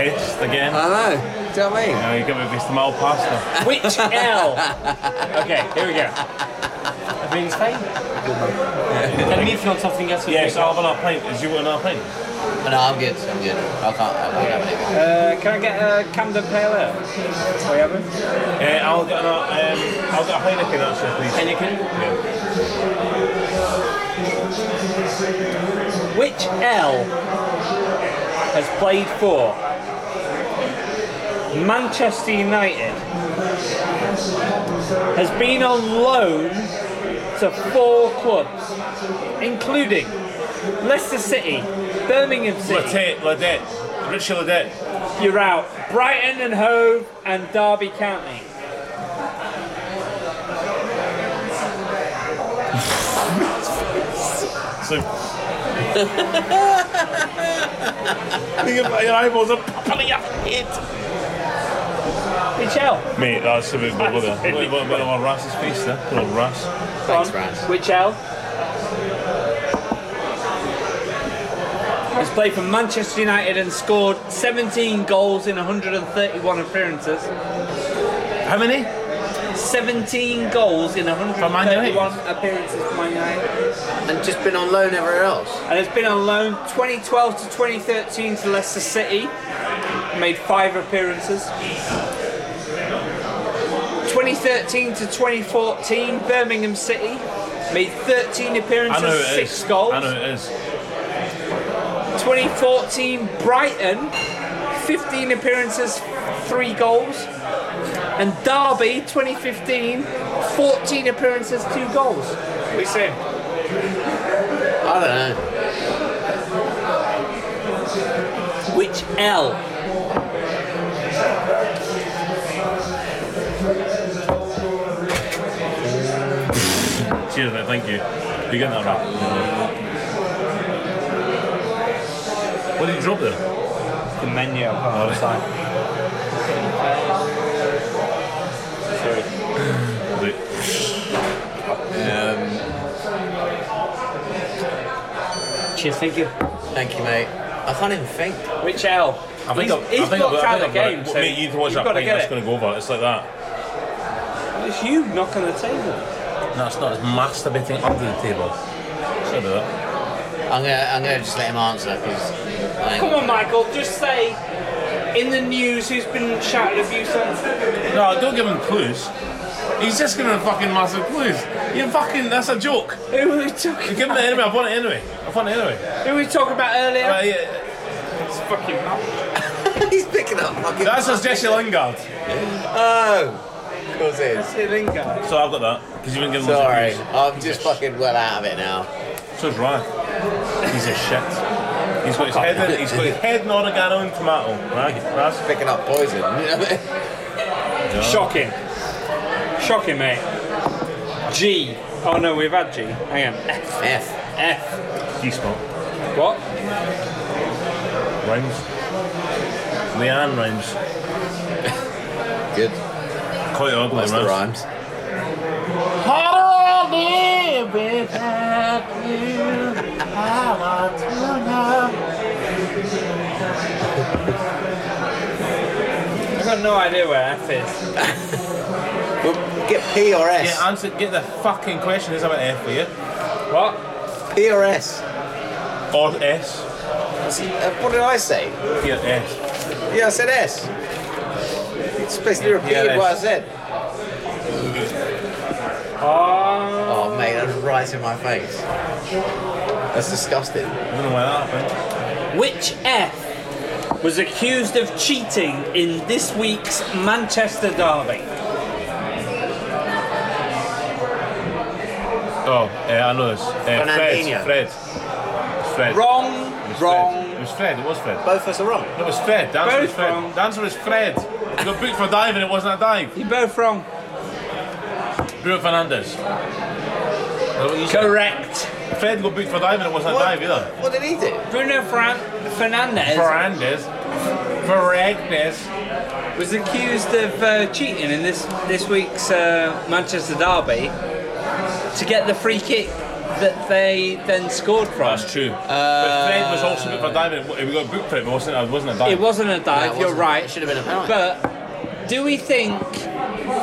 Speaker 3: It's again.
Speaker 6: I know. Do you know what I mean?
Speaker 3: Now you give me this mild pasta.
Speaker 2: Which L? Okay, here we go.
Speaker 8: Everything's fine. Let me if you want something else.
Speaker 3: yes, I'll have another pint. Is you want another pint?
Speaker 6: No, I'm good. I'm good. I can't. I can't have anything.
Speaker 2: Uh, can I get a Camden Pale Ale? What you having?
Speaker 3: Uh, I'll get another. Um, I'll get a Heineken actually, please.
Speaker 2: Anything?
Speaker 3: Yeah.
Speaker 2: Which L has played for Manchester United? Has been on loan to four clubs, including Leicester City, Birmingham City.
Speaker 3: Ladette, Ladette, Richie Ladette.
Speaker 2: You're out. Brighton and Hove and Derby County.
Speaker 3: So. Think about your eyeballs up.
Speaker 2: Michelle.
Speaker 3: Mate, that's a bit below there. Look look, look at old Rass's face there. Good old Rass.
Speaker 6: Thanks, Raz.
Speaker 2: Which L? Has played for Manchester United and scored 17 goals in 131 appearances.
Speaker 3: How many?
Speaker 2: 17 goals in
Speaker 3: Man United?
Speaker 2: 131 appearances for Man United.
Speaker 6: And just been on loan everywhere else.
Speaker 2: And has been on loan 2012 to 2013 to Leicester City. Made five appearances. 2013 to 2014, Birmingham City. Made 13
Speaker 3: I
Speaker 2: appearances,
Speaker 3: know who it is.
Speaker 2: six goals.
Speaker 3: I know who it is.
Speaker 2: 2014 Brighton, 15 appearances, 3 goals. And Derby 2015, 14 appearances, 2 goals. We say
Speaker 6: I don't know.
Speaker 2: which L?
Speaker 3: Cheers, mate. Thank you. You getting that right? What did you drop there?
Speaker 2: The menu. Oh,
Speaker 3: Wait.
Speaker 2: Cheers, thank you.
Speaker 6: Thank you, mate. I can't even think.
Speaker 2: Which L?
Speaker 3: I think
Speaker 2: he's,
Speaker 3: I've-
Speaker 2: he's
Speaker 3: I think I've-
Speaker 2: blocked
Speaker 3: I
Speaker 2: out
Speaker 3: think
Speaker 2: the
Speaker 3: I've got it.
Speaker 2: game. so
Speaker 3: Mate, you need to watch
Speaker 2: you've
Speaker 3: that
Speaker 2: got to
Speaker 3: pint.
Speaker 2: get
Speaker 3: That's
Speaker 2: it.
Speaker 3: going to go over. It's like that.
Speaker 2: It's you knocking the table.
Speaker 3: No, it's not. It's masturbating under the table. Sorry about that.
Speaker 6: I'm gonna, I'm gonna just let him answer because.
Speaker 2: Come on, Michael, just say in the news who's been shouted abuse on.
Speaker 3: No, don't give him clues. He's just giving him fucking massive clues. You fucking, that's a joke.
Speaker 2: Who were we talking?
Speaker 3: You give him it anyway, I want it anyway. I want it anyway.
Speaker 2: Who were we talking about earlier?
Speaker 3: But, yeah, Uh,
Speaker 2: It's fucking mad.
Speaker 6: He's picking up fucking.
Speaker 3: that's as Jesse Lingard.
Speaker 6: Oh, of course it is.
Speaker 2: It's a Lingard.
Speaker 3: So I've got that, because you wouldn't give him
Speaker 6: Sorry,
Speaker 3: clues.
Speaker 6: I'm just fucking well out of it now.
Speaker 3: So's Ryan. He's a shit. He's got his head in, he's got his head in oregano and tomato. Right? That's
Speaker 6: Picking up poison.
Speaker 2: Shocking. Shocking, mate. G. Oh no, we've had G. Hang on.
Speaker 6: F.
Speaker 2: F.
Speaker 3: G spot.
Speaker 2: What?
Speaker 3: Rhymes. Leanne rhymes.
Speaker 6: Good.
Speaker 3: Quite oddly
Speaker 6: That's the
Speaker 3: rhymes.
Speaker 6: rhymes.
Speaker 3: How do I live without you? How I do now?
Speaker 2: I've got no idea where F is.
Speaker 6: Well, get P or S.
Speaker 3: Yeah, answer, get the fucking question. Is about F for you?
Speaker 2: What?
Speaker 6: P or S.
Speaker 3: Or S?
Speaker 6: That's- uh, what did I say?
Speaker 3: Yeah, S.
Speaker 6: Yeah, I said S. It's basically repeated
Speaker 3: Yeah,
Speaker 6: what I
Speaker 3: S.
Speaker 6: said.
Speaker 2: Oh.
Speaker 6: Oh, mate, that's right in my face. That's disgusting.
Speaker 3: I don't know why that happened.
Speaker 2: Which F was accused of cheating in this week's Manchester derby?
Speaker 3: Oh, eh, I know this. Eh,
Speaker 6: Fernandinho.
Speaker 3: Fred. Fred. It was Fred.
Speaker 2: Wrong,
Speaker 3: It was Fred. It
Speaker 2: wrong.
Speaker 3: was Fred. It was Fred.
Speaker 6: Both of us are wrong.
Speaker 3: No, it was Fred. The answer
Speaker 2: Both
Speaker 3: was Fred.
Speaker 2: wrong.
Speaker 3: The answer was Fred. You got booked for diving. It wasn't a dive.
Speaker 2: You both wrong.
Speaker 3: Bruno Fernandez.
Speaker 2: Correct.
Speaker 3: Fred got booked for diving. It wasn't a dive either.
Speaker 6: What did he do?
Speaker 2: Bruno Fran- Fernandez
Speaker 3: Fernandez. Fernandez.
Speaker 2: was accused of uh, cheating in this this week's uh, Manchester derby to get the free kick that they then scored from.
Speaker 3: That's true.
Speaker 2: Uh,
Speaker 3: but Fred was also booked for diving. We got booked for it. But it wasn't. It wasn't a dive.
Speaker 2: It wasn't a dive.
Speaker 6: That
Speaker 2: you're
Speaker 6: wasn't-
Speaker 2: right.
Speaker 6: It should have been a penalty.
Speaker 2: But do we think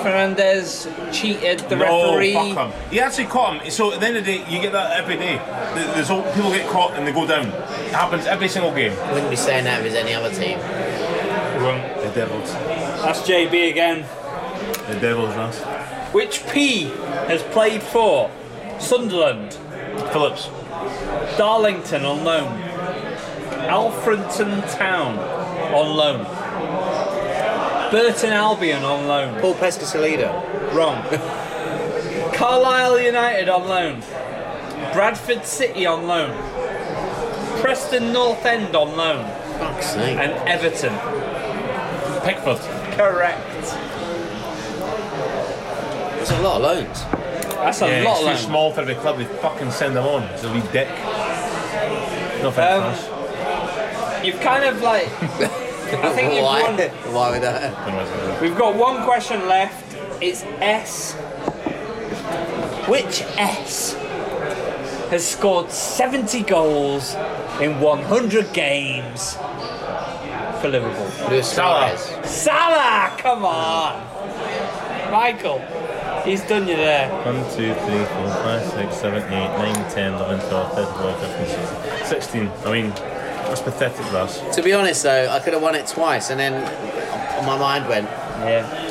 Speaker 2: Fernandez cheated the
Speaker 3: no,
Speaker 2: referee?
Speaker 3: Oh, fuck him. He actually caught him. So at the end of the day, you get that every day. There- There's all, people get caught and they go down. It happens every single game.
Speaker 6: Wouldn't be saying that if it was any other team.
Speaker 3: Wrong. The Devils.
Speaker 2: That's JB again.
Speaker 3: The Devils, Ross.
Speaker 2: Which P has played for Sunderland,
Speaker 3: Phillips.
Speaker 2: Darlington on loan, Alfredton Town on loan, Burton Albion on loan,
Speaker 6: Paul Pescasolido.
Speaker 2: wrong, Carlisle United on loan, Bradford City on loan, Preston North End on loan,
Speaker 6: Fuck's sake.
Speaker 2: and Everton.
Speaker 3: Pickford.
Speaker 2: Correct.
Speaker 6: That's a lot of loans.
Speaker 2: That's a
Speaker 3: Yeah,
Speaker 2: lot of
Speaker 3: he's too
Speaker 2: loans.
Speaker 3: small for every club. They fucking send him on. It's a wee dick.
Speaker 2: Um,
Speaker 3: No offense, Ross.
Speaker 2: You've kind of like. I think you've
Speaker 6: Why?
Speaker 2: won.
Speaker 6: Why would that?
Speaker 2: We've got one question left. It's S. Which S has scored 70 goals in 100 games for Liverpool?
Speaker 6: Luis
Speaker 3: Salah.
Speaker 6: Suarez.
Speaker 2: Salah, come on. Michael, he's done you there.
Speaker 3: 1, 2, 3, 4, 5, 6, 7, 8, 9, 10, 11, 12, 13, 14, 15, 16. 16. I mean, that's pathetic, Ross.
Speaker 6: To be honest, though, I could have won it twice, and then my mind went.
Speaker 2: Yeah.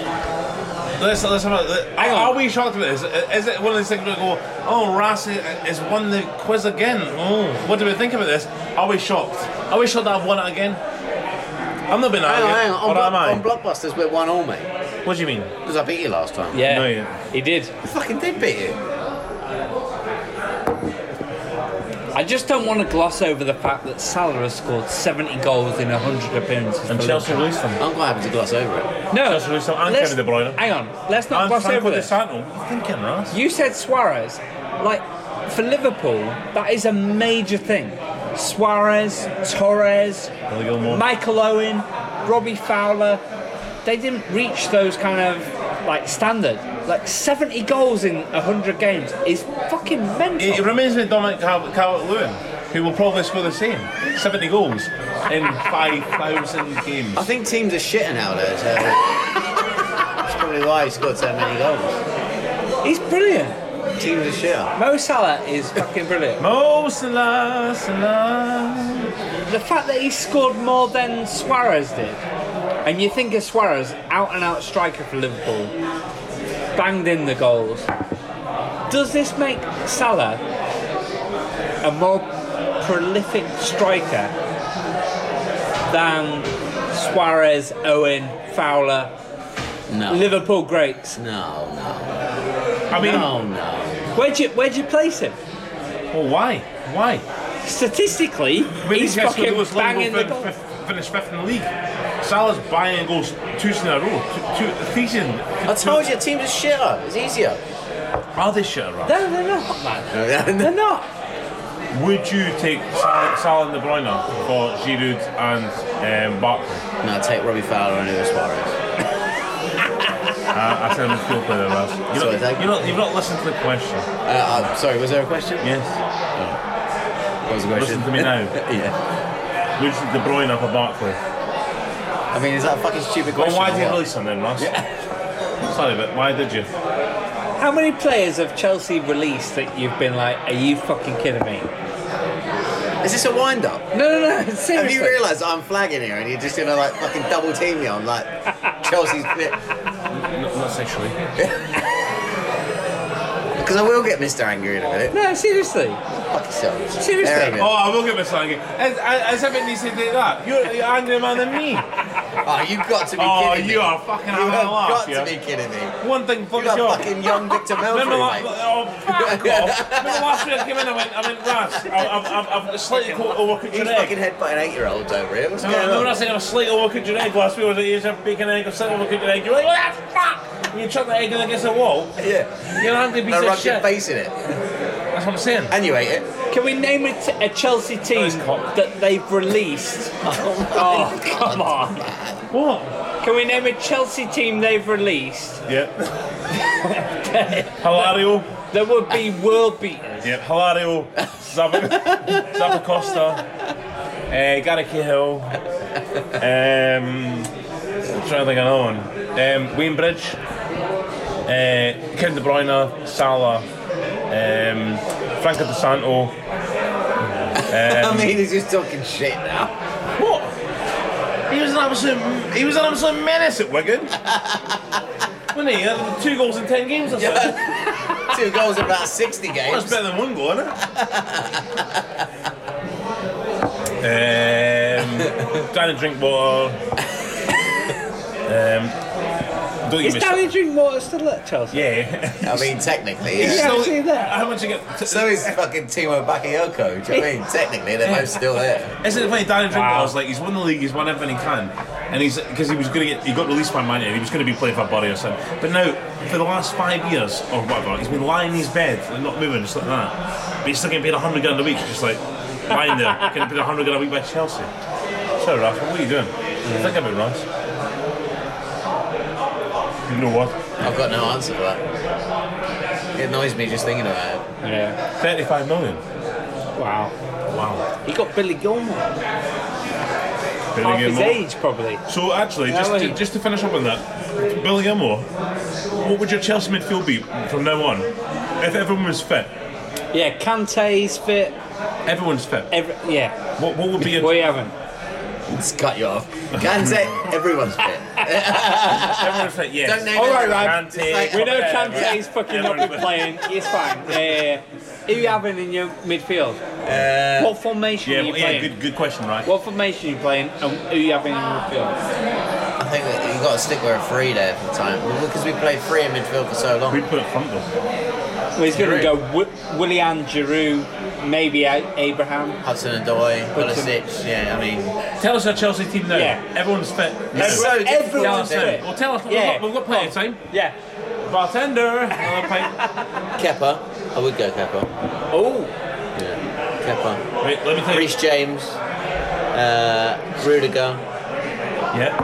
Speaker 3: Let's, let's have a, let,
Speaker 2: Hang on.
Speaker 3: Are we shocked about this? Is it one of these things where we go, oh, Ross has won the quiz again? Oh, what do we think about this? Are we shocked? Are we shocked that I've won it again? I'm not being
Speaker 6: Hang
Speaker 3: arrogant.
Speaker 6: on, hang on.
Speaker 3: or am I?
Speaker 6: On, Blo- on Blockbusters, we're one all, mate.
Speaker 3: What do you mean?
Speaker 6: Because I beat you last time.
Speaker 2: Yeah.
Speaker 3: No, yeah.
Speaker 2: He did.
Speaker 6: I fucking did beat you.
Speaker 2: I just don't want to gloss over the fact that Salah has scored 70 goals in 100 appearances.
Speaker 3: And
Speaker 2: for
Speaker 3: Chelsea released them.
Speaker 6: I'm quite happy to gloss over it.
Speaker 2: Liverpool. No.
Speaker 3: Chelsea released them and
Speaker 2: let's-
Speaker 3: Kevin De Bruyne.
Speaker 2: Hang on. Let's not
Speaker 3: And
Speaker 2: gloss
Speaker 3: Franco
Speaker 2: over
Speaker 3: De
Speaker 2: this.
Speaker 3: Santo. What are you thinking, Ross?
Speaker 2: You said Suarez. Like, for Liverpool, that is a major thing. Suarez, Torres,
Speaker 3: Billy Gilmore.
Speaker 2: Michael Owen, Robbie Fowler, they didn't reach those kind of like standard. Like 70 goals in 100 games is fucking mental.
Speaker 3: It reminds me of Dominic Calvert Lewin, who will probably score the same 70 goals in 5,000 games.
Speaker 6: I think teams are shitting out there. So that's probably why he scored so many goals.
Speaker 2: He's brilliant.
Speaker 6: Teams of shit.
Speaker 2: Mo Salah is fucking brilliant.
Speaker 3: Mo Salah, Salah.
Speaker 2: the fact that he scored more than Suarez did, and you think of Suarez, out and out striker for Liverpool, banged in the goals. Does this make Salah a more prolific striker than Suarez, Owen, Fowler,
Speaker 6: No.
Speaker 2: Liverpool greats?
Speaker 6: No, no.
Speaker 3: I mean,
Speaker 6: No, no.
Speaker 2: Where'd you Where'd you place him?
Speaker 3: well, why? Why?
Speaker 2: Statistically,
Speaker 3: I mean,
Speaker 2: he's
Speaker 3: these guys could
Speaker 2: fucking
Speaker 3: lose
Speaker 2: banging the
Speaker 3: Liverpool
Speaker 2: goals.
Speaker 3: fin- fin- Finish fifth in the league. Salah's buying goals two in a row. Two, two three season.
Speaker 6: I told you, teams of shit. It's easier.
Speaker 3: Are they shit or
Speaker 2: No, they're not, man. They're not.
Speaker 3: Would you take Salah, Salah and De Bruyne for Giroud and um, Barkley?
Speaker 6: no, take Robbie Fowler and Luis Suarez.
Speaker 3: I, I said I'm a cool player, Russ. You're
Speaker 6: Sorry,
Speaker 3: not,
Speaker 6: thank-
Speaker 3: you're not, you've not listened to the question.
Speaker 6: Uh, uh, sorry, was there a question?
Speaker 3: Yes.
Speaker 6: What was the question?
Speaker 3: Listen to me now.
Speaker 6: yeah.
Speaker 3: Would you take De Bruyne up a Barkley?
Speaker 6: I mean, is that a fucking stupid question?
Speaker 3: Well, why
Speaker 6: or
Speaker 3: did you
Speaker 6: what?
Speaker 3: release him then, Russ? Sorry, but why did you?
Speaker 2: How many players have Chelsea released that you've been like, are you fucking kidding me?
Speaker 6: Is this a wind up?
Speaker 2: No, no, no,
Speaker 6: Have
Speaker 2: seriously.
Speaker 6: you realised I'm flagging here and you're just gonna like fucking double team me on like Chelsea's bit?
Speaker 3: Not, not sexually.
Speaker 6: Because I will get Mr. Angry in a minute.
Speaker 2: No, seriously.
Speaker 6: Fuck yourself.
Speaker 2: Seriously?
Speaker 6: There we
Speaker 3: Oh,
Speaker 6: go.
Speaker 3: I will get my slang. As, as, as if it needs to do that. You're the angry man than me.
Speaker 6: Oh, you've got to be
Speaker 3: Oh,
Speaker 6: kidding me.
Speaker 3: you are fucking
Speaker 6: You
Speaker 3: having a
Speaker 6: have
Speaker 3: laugh,
Speaker 6: got
Speaker 3: yeah.
Speaker 6: to be kidding me.
Speaker 3: One thing
Speaker 6: You're
Speaker 3: fucking
Speaker 6: a
Speaker 3: off.
Speaker 6: fucking young Victor
Speaker 3: Remember last,
Speaker 6: Melfrey, mate.
Speaker 3: oh, fuck off. Remember last week I came in and went, I went, Ras, I- I've, I've, I've slightly caught overcooked
Speaker 6: He's
Speaker 3: your egg.
Speaker 6: fucking headbutting eight-year-olds over here. What's
Speaker 3: Remember
Speaker 6: going
Speaker 3: remember I
Speaker 6: on?
Speaker 3: said I was slightly overcooked your egg last week? I was like, here's a bacon egg, I've slightly overcooked your egg. You're like, well, that's fuck! And you chuck the egg in against the wall.
Speaker 6: Yeah.
Speaker 3: You're an angry
Speaker 6: And
Speaker 3: piece
Speaker 6: I
Speaker 3: of
Speaker 6: rubbed your
Speaker 3: shit.
Speaker 6: face in it.
Speaker 3: That's what I'm saying.
Speaker 6: And you ate it.
Speaker 2: Can we name a, t- a Chelsea team
Speaker 3: Nice cock.
Speaker 2: that they've released? oh, come on.
Speaker 3: What?
Speaker 2: Can we name a Chelsea team they've released
Speaker 3: Yeah. Hilario.
Speaker 2: that would be world beaters?
Speaker 3: Yeah, Hilario, Zav- Zav Costa, uh, Gary Cahill, um, I'm trying to think of another one. Um, Wayne Bridge, uh, Kevin De Bruyne, Salah, um, Franco De Santo.
Speaker 6: I mean, he's just talking shit now.
Speaker 3: What? He was an absolute, he was an absolute menace at Wigan. Wasn't he? He had Two goals in ten games or something.
Speaker 6: Two goals in about 60
Speaker 3: That's
Speaker 6: games.
Speaker 3: better than one goal, isn't it? um, Danny Drinkwater. Um, don't
Speaker 2: Is
Speaker 3: give me.
Speaker 2: Danny Drinkwater still at Chelsea?
Speaker 3: yeah.
Speaker 6: I mean, technically, yeah.
Speaker 2: Is he actually there?
Speaker 3: How much you get? T-
Speaker 6: So is fucking Timo Bakayoko. Do you know what I mean? Technically, they're both still there.
Speaker 3: Isn't it funny? Danny Drinkwater's like he's won the league, he's won everything he can, and he's because he was going to get he got released by Man United, he was going to be playing for Bury or something. But now for the last five years or whatever, he's been lying in his bed, like, not moving, just like that. But he's still getting paid hundred grand a week, just like lying there, getting paid hundred grand a week by Chelsea. So Ralph, what are you doing? Think about it, Ross. You know what?
Speaker 6: I've got no answer for that. It annoys me just thinking about it.
Speaker 2: Yeah.
Speaker 3: Thirty-five million.
Speaker 2: Wow.
Speaker 3: Wow.
Speaker 2: He got Billy Gilmore. Half his age, probably.
Speaker 3: So actually,
Speaker 2: Yeah,
Speaker 3: just
Speaker 2: well,
Speaker 3: to,
Speaker 2: he-
Speaker 3: just to finish up on that, Billy Gilmore, what would your Chelsea midfield be from now on? If everyone was fit,
Speaker 2: Yeah, Kante's fit.
Speaker 3: everyone's fit.
Speaker 2: Every, yeah.
Speaker 3: What, what would be
Speaker 2: What you
Speaker 3: your
Speaker 2: having?
Speaker 6: Let's cut you off. Can't say everyone's fit.
Speaker 3: everyone's fit? Yes.
Speaker 6: Don't name
Speaker 2: All
Speaker 6: it.
Speaker 2: right, lad.
Speaker 3: Kante,
Speaker 6: It's like-
Speaker 2: We know
Speaker 3: Kante,
Speaker 2: Kante's fucking not been
Speaker 3: Everyone's fit.
Speaker 2: playing. It's fine. Yeah, yeah, yeah. Who you having in your midfield? what formation
Speaker 3: Uh, Yeah,
Speaker 2: are you
Speaker 3: well, yeah.
Speaker 2: playing?
Speaker 3: Good, good question, right?
Speaker 2: What formation are you playing and who you having in your midfield?
Speaker 6: I think that you've got to stick with a three there for the time. Well, Because we played three in midfield for so long.
Speaker 3: We'd put it front though.
Speaker 2: Well, he's going to go w- Willian, Giroud, maybe A- Abraham.
Speaker 6: Hudson Adoy,
Speaker 2: Hudson.
Speaker 6: Pulisic, yeah, I mean,
Speaker 3: Tell us our Chelsea team now.
Speaker 2: Yeah.
Speaker 3: Everyone's fit.
Speaker 6: it's so difficult.
Speaker 2: everyone's
Speaker 6: isn't it?
Speaker 3: Well, tell us. We've,
Speaker 2: Yeah.
Speaker 3: got, we've got plenty of time.
Speaker 2: Yeah.
Speaker 3: Bartender. Another pint.
Speaker 6: Kepa, I would go Kepa.
Speaker 2: Oh,
Speaker 6: Yeah,
Speaker 3: Wait, let me
Speaker 6: Kepa.
Speaker 3: tell you.
Speaker 6: Reece James, uh, Rudiger.
Speaker 3: Yeah.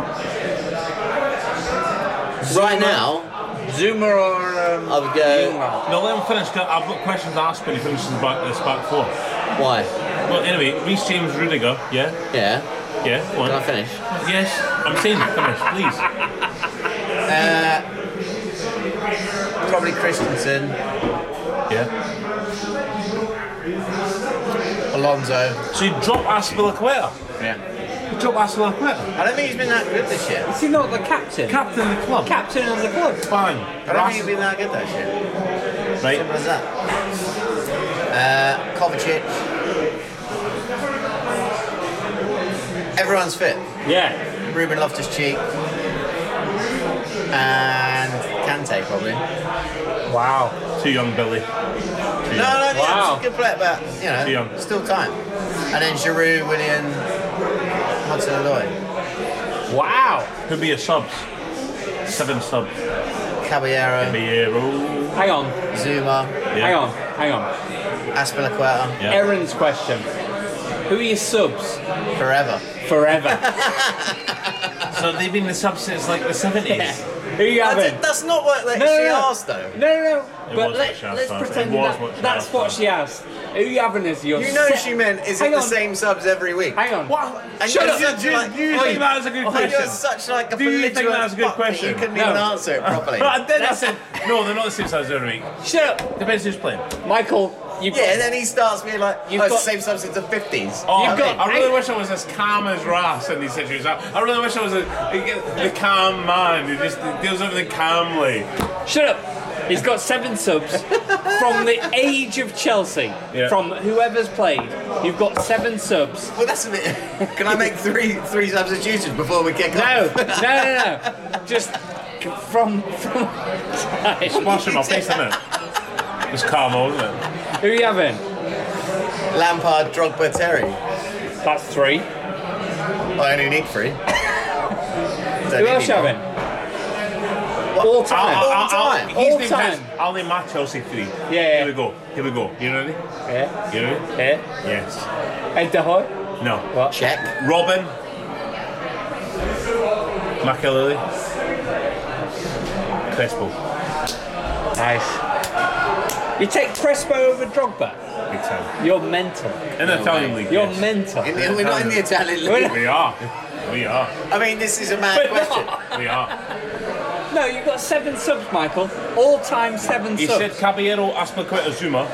Speaker 6: Right now,
Speaker 2: Zuma or um,
Speaker 6: I would go.
Speaker 2: Zuma.
Speaker 3: No, let him finish. 'cause I've got questions to ask when he finishes his back, this back four.
Speaker 6: Why?
Speaker 3: Well, anyway, Reece James Rudiger. Yeah.
Speaker 6: Yeah.
Speaker 3: Yeah. Go on.
Speaker 6: Can I finish?
Speaker 3: Yes, I'm saying finish, please.
Speaker 6: Probably Christensen.
Speaker 3: Yeah.
Speaker 1: Alonso.
Speaker 3: So you drop Aspilicueta.
Speaker 1: Yeah.
Speaker 3: You drop Aspilicueta.
Speaker 1: I don't think he's been that good this year.
Speaker 2: Is he not the captain?
Speaker 3: Captain of the club.
Speaker 2: captain of the club.
Speaker 3: Bang.
Speaker 1: I don't think he's been that good that year. Simple
Speaker 3: Right.
Speaker 1: as that. Uh, Kovacic. Everyone's fit.
Speaker 3: Yeah.
Speaker 1: Ruben Loftus-Cheek. And Kante, probably.
Speaker 3: Wow. Too young, Billy. Too
Speaker 1: No,
Speaker 3: young.
Speaker 1: no, yeah,
Speaker 2: Wow.
Speaker 1: it's a good play, but you know,
Speaker 3: Yeah.
Speaker 1: still time. And then Giroud, William, Hudson Odoi,
Speaker 2: Wow.
Speaker 3: Could be a subs. Seven subs.
Speaker 1: Caballero,
Speaker 3: Caballero.
Speaker 2: Hang on,
Speaker 1: Zuma,
Speaker 3: Yeah.
Speaker 2: hang on, hang on.
Speaker 1: Aspilicueta,
Speaker 3: Yeah.
Speaker 2: Erin's question. Who are your subs
Speaker 1: forever.
Speaker 2: forever?
Speaker 3: So they've been the subs since like the 70s.
Speaker 2: Who are you
Speaker 1: That's,
Speaker 2: having?
Speaker 1: that's not what like,
Speaker 2: No,
Speaker 1: she
Speaker 2: no, no.
Speaker 1: asked though.
Speaker 2: No, no,
Speaker 3: It
Speaker 2: no. But
Speaker 3: was what
Speaker 2: let,
Speaker 3: she asked
Speaker 2: let's
Speaker 3: first.
Speaker 2: pretend
Speaker 3: It was
Speaker 2: that,
Speaker 3: what she
Speaker 2: that's
Speaker 3: asked
Speaker 2: what
Speaker 3: first.
Speaker 2: she asked. Who are you having as your
Speaker 1: You know
Speaker 2: se-
Speaker 1: she meant is
Speaker 2: Hang
Speaker 1: it the
Speaker 2: on.
Speaker 1: same subs every week?
Speaker 2: Hang on.
Speaker 3: What?
Speaker 1: And
Speaker 3: Shut
Speaker 1: you're
Speaker 3: up.
Speaker 1: such
Speaker 3: Do you,
Speaker 1: like-
Speaker 3: do you think that was a good
Speaker 1: Oh,
Speaker 3: question?
Speaker 1: You're such like a
Speaker 3: Do you think
Speaker 1: belligerent
Speaker 3: that's a good
Speaker 1: fuck that
Speaker 3: question?
Speaker 1: You couldn't
Speaker 2: No.
Speaker 1: even answer it properly.
Speaker 3: But I did. I said, no, they're not the same size every week.
Speaker 2: Shut up,
Speaker 3: Depends who's playing.
Speaker 2: Michael. You've
Speaker 1: yeah,
Speaker 2: got-
Speaker 1: and then he starts being like,
Speaker 2: You've
Speaker 1: oh, it's
Speaker 2: got-
Speaker 1: the same subs since the 50s.
Speaker 3: Oh,
Speaker 2: You've got-
Speaker 3: I really wish I was as calm as Ross in these situations. I, I really wish I was a, the calm man who just deals with everything calmly.
Speaker 2: Shut up. He's got seven subs from the age of Chelsea.
Speaker 3: Yeah.
Speaker 2: From whoever's played, you've got seven subs.
Speaker 1: Well, that's a bit. Can I make three three substitutions before we kick
Speaker 2: No,
Speaker 1: off?
Speaker 2: no, no, no. Just from from.
Speaker 3: Splash in my face, innit? It was calm, wasn't it?
Speaker 2: Who are you having?
Speaker 1: Lampard, Drogba, Terry. Oh,
Speaker 2: That's three.
Speaker 1: I only need three.
Speaker 2: Who else you having? All time.
Speaker 1: All
Speaker 3: I'll- I'll-
Speaker 1: time.
Speaker 3: he's
Speaker 2: All
Speaker 3: named
Speaker 2: time.
Speaker 3: his- I'll name my Chelsea three.
Speaker 2: yeah.
Speaker 3: Here we go. Here we go. You ready?
Speaker 1: Ah.
Speaker 2: Yeah.
Speaker 3: You ready?
Speaker 2: Yeah.
Speaker 3: Yes.
Speaker 2: Ed De Hoy.
Speaker 3: No.
Speaker 1: Check.
Speaker 3: Robin. McAlealy. Crespo.
Speaker 2: Nice. You take Crespo over Drogba.
Speaker 3: Big time.
Speaker 2: You're mental.
Speaker 3: In the Italian league.
Speaker 2: You're
Speaker 3: yes.
Speaker 2: mental.
Speaker 1: In the, we're not in the Italian
Speaker 2: We're
Speaker 1: league.
Speaker 2: not-
Speaker 3: We are. We are.
Speaker 1: I mean, this is a mad question.
Speaker 3: We are.
Speaker 2: No, you've got seven subs, Michael. All time seven
Speaker 3: He
Speaker 2: subs.
Speaker 3: said Caballero, Aspilicueta, Zuma.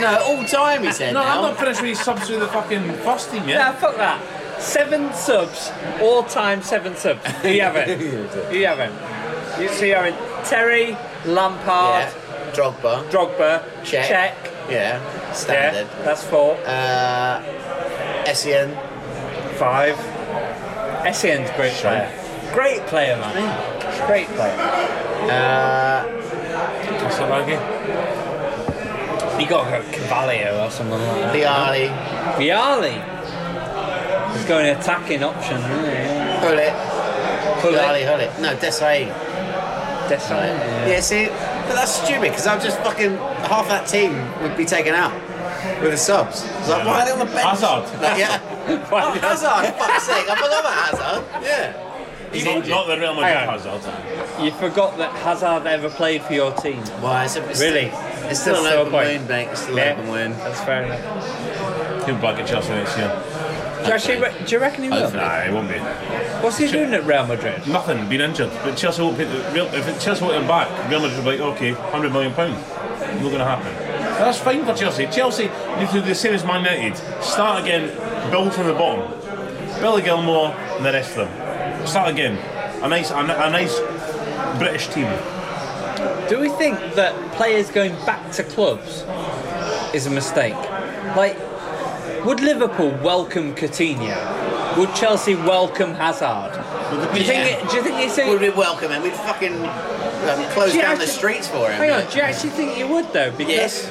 Speaker 1: No, all time he said.
Speaker 3: No,
Speaker 1: now.
Speaker 3: I'm not finished with his subs with the fucking first team
Speaker 2: Nah,
Speaker 3: yet.
Speaker 2: fuck that. Seven subs, all time seven subs. Who you haven't? Who you haven't? You see, having Terry,
Speaker 1: Yeah.
Speaker 2: Lampard,
Speaker 1: Drogba.
Speaker 2: Drogba,
Speaker 1: Check. Yeah. Standard.
Speaker 2: yeah, that's four,
Speaker 1: Uh, Essien.
Speaker 2: five. Essien's great player. Great player, man. Great player.
Speaker 1: Uh,
Speaker 3: Casablanca.
Speaker 2: You got to go Cavallio or someone like that.
Speaker 1: Liali.
Speaker 2: Viali. He's going attacking option. Really.
Speaker 1: Hullet. Liali, Hullet. No, Desai. Yeah. see? But that's stupid because I've just fucking. Half that team would be taken out with the subs. It's like, why are they on the bench?
Speaker 3: Hazard.
Speaker 1: Like, yeah. oh, Hazard, fuck's sake. I forgot about Hazard. Yeah.
Speaker 3: He's not, not the Real Madrid
Speaker 2: Hang on.
Speaker 3: Hazard.
Speaker 2: You forgot that Hazard ever played for your team.
Speaker 1: Why? It's a, it's
Speaker 2: Really?
Speaker 1: Still, it's still
Speaker 2: That's
Speaker 1: an
Speaker 2: so
Speaker 1: open
Speaker 2: point.
Speaker 1: wound, mate. It's still an
Speaker 2: Yeah.
Speaker 1: open wound.
Speaker 2: That's fair enough.
Speaker 3: He'll back at Chelsea next year.
Speaker 2: Do you, actually, re- do you reckon he will?
Speaker 3: Nah, he won't be.
Speaker 2: What's he doing at Real Madrid?
Speaker 3: Nothing, been injured. But Chelsea won't pay the Real, if Chelsea won't him back, Real Madrid will be like, okay, hundred million pounds. Not gonna happen. That's fine for Chelsea. Chelsea need to do the same as Man United. Start again, build from the bottom. Billy Gilmore and the rest of them. Start again. A nice, a, ni- a nice British team.
Speaker 2: Do we think that players going back to clubs is a mistake? Like, would Liverpool welcome Coutinho? Would Chelsea welcome Hazard? Do you think? It, do you think it's a,
Speaker 1: Would we welcome him? We'd fucking um, close
Speaker 2: Do you
Speaker 1: down the
Speaker 2: actually-
Speaker 1: streets for him.
Speaker 2: Hang on, do you actually think you would though? Because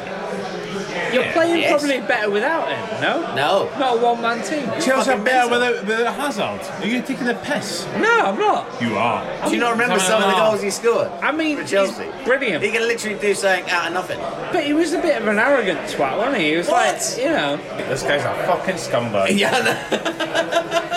Speaker 1: Yes.
Speaker 2: you're playing
Speaker 1: Yes.
Speaker 2: probably better without him. No.
Speaker 1: No.
Speaker 2: Not a one-man team.
Speaker 3: Chelsea are
Speaker 1: fucking
Speaker 3: better
Speaker 1: mental.
Speaker 3: without, without Hazard. Are you taking the piss?
Speaker 2: No, I'm not.
Speaker 3: You are.
Speaker 1: Do you not
Speaker 3: Something
Speaker 1: remember some of the
Speaker 3: like that.
Speaker 1: goals he scored?
Speaker 2: I mean,
Speaker 1: for
Speaker 2: he's
Speaker 1: Chelsea.
Speaker 2: brilliant.
Speaker 1: He can literally do something out of nothing.
Speaker 2: But he was a bit of an arrogant twat, wasn't he? He was
Speaker 1: What?
Speaker 2: like, you know,
Speaker 3: This guy's a fucking scumbag.
Speaker 1: Yeah, I know.